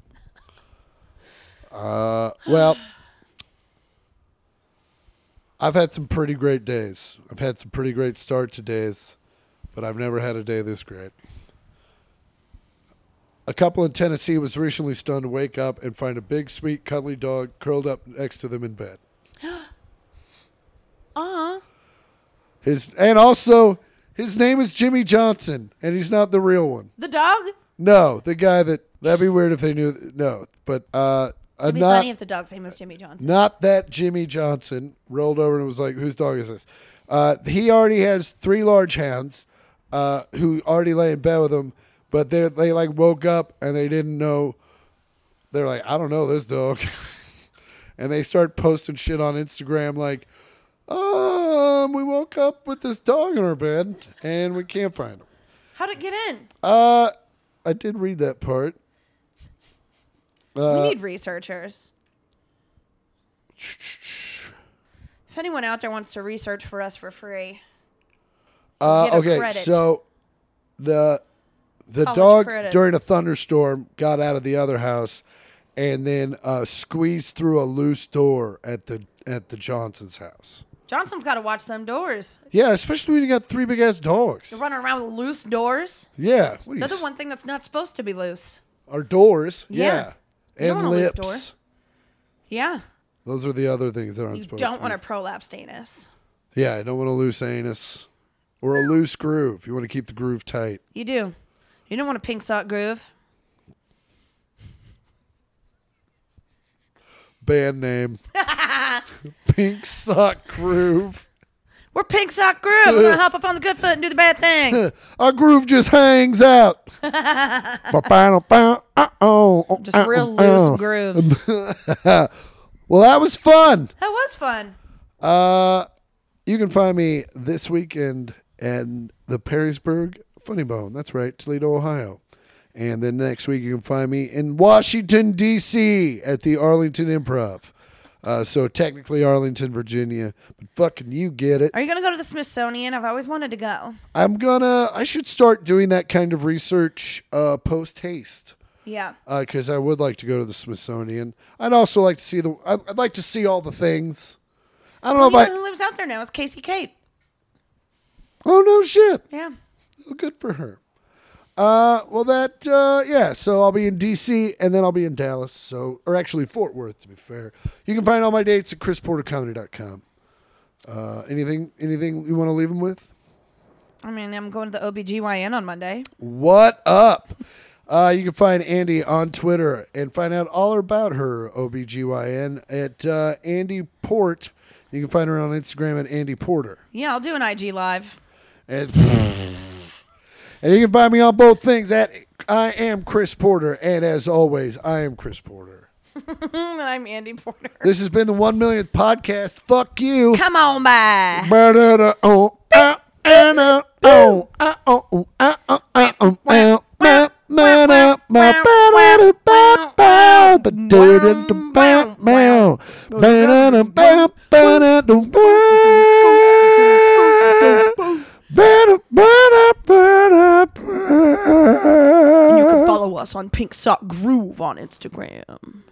Speaker 1: Uh, well, I've had some pretty great days. I've had some pretty great start to days, but I've never had a day this great. A couple in Tennessee was recently stunned to wake up and find a big, sweet, cuddly dog curled up next to them in bed.
Speaker 2: Uh huh.
Speaker 1: His and also his name is Jimmy Johnson, and he's not the real one.
Speaker 2: The dog?
Speaker 1: No, the guy that that'd be weird if they knew. No, but uh, uh
Speaker 2: It'd be
Speaker 1: not
Speaker 2: funny if the dog's name was Jimmy Johnson.
Speaker 1: not that Jimmy Johnson rolled over and was like, "Whose dog is this?" Uh, he already has three large hounds, uh, who already lay in bed with him, but they they like woke up and they didn't know. They're like, "I don't know this dog," and they start posting shit on Instagram like, "Um, we woke up with this dog in our bed and we can't find him."
Speaker 2: How'd it get in?
Speaker 1: Uh, I did read that part. Uh,
Speaker 2: we need researchers. If anyone out there wants to research for us for free,
Speaker 1: Uh,
Speaker 2: get a
Speaker 1: okay,
Speaker 2: credit.
Speaker 1: so the the
Speaker 2: College
Speaker 1: dog
Speaker 2: credit.
Speaker 1: during a thunderstorm got out of the other house and then uh, squeezed through a loose door at the at the Johnson's house.
Speaker 2: Johnson's got to watch them doors.
Speaker 1: Yeah, especially when you got three big ass dogs.
Speaker 2: They're running around with loose doors.
Speaker 1: Yeah, what are you,
Speaker 2: Another
Speaker 1: s-
Speaker 2: one thing that's not supposed to be loose.
Speaker 1: Or doors. Yeah,
Speaker 2: Yeah. You don't
Speaker 1: and
Speaker 2: want a loose
Speaker 1: lips.
Speaker 2: door. Yeah.
Speaker 1: Those are the other things that aren't
Speaker 2: You
Speaker 1: supposed.
Speaker 2: don't
Speaker 1: to
Speaker 2: want
Speaker 1: be.
Speaker 2: a prolapsed anus.
Speaker 1: Yeah, I don't want a loose anus or a loose groove. You want to keep the groove tight.
Speaker 2: You do. You don't want a pink sock groove.
Speaker 1: Band name. Pink sock groove.
Speaker 2: We're pink sock groove. We're going to hop up on the good foot and do the bad thing.
Speaker 1: Our groove just hangs out. uh, Ba-ba-da-ba,
Speaker 2: Just real
Speaker 1: uh-oh,
Speaker 2: loose grooves.
Speaker 1: uh-oh. oh, uh. well, that was fun.
Speaker 2: That was fun.
Speaker 1: Uh, you can find me this weekend in the Perrysburg Funny Bone. That's right, Toledo, Ohio. And then next week, you can find me in Washington, D.C. at the Arlington Improv. Uh, so technically Arlington, Virginia, but fucking you get it.
Speaker 2: Are you going to go to the Smithsonian? I've always wanted to go.
Speaker 1: I'm gonna. I should start doing that kind of research uh, post haste.
Speaker 2: Yeah.
Speaker 1: because I would like to go to the Smithsonian. I'd also like to see the. I'd, I'd like to see all the things. I don't know
Speaker 2: You
Speaker 1: if
Speaker 2: know
Speaker 1: I.
Speaker 2: who lives out there now? It's Casey Kate.
Speaker 1: Oh no, shit!
Speaker 2: Yeah.
Speaker 1: Well, good for her. Uh, well, that uh, yeah. So I'll be in D.C. and then I'll be in Dallas. So, or actually Fort Worth, to be fair. You can find all my dates at chrisportercomedy.com. Uh, anything, anything you want to leave them with?
Speaker 2: I mean, I'm going to the OBGYN on Monday.
Speaker 1: What up? Uh, you can find Andy on Twitter and find out all about her OBGYN at uh, Andy Port. You can find her on Instagram at Andy Porter.
Speaker 2: Yeah, I'll do an IG live.
Speaker 1: And, and you can find me on both things at I am Chris Porter. And as always, I am Chris Porter.
Speaker 2: Mm, and I'm Andy Porter.
Speaker 1: This has been the 1 millionth podcast. Fuck you.
Speaker 2: Come on by.
Speaker 1: Ba-da-da-oh, ah, and, uh, oh, ah, oh, oh, ah, oh, ah, oh, ah, ma- ma- da- ma- ba-da-da-ba-ba, ba-da-da-da-ba-ba, ba-da-da-ba-ba, ba-da-ba-da-ba-ba.
Speaker 2: You can follow us on Pink Sock Groove on Instagram.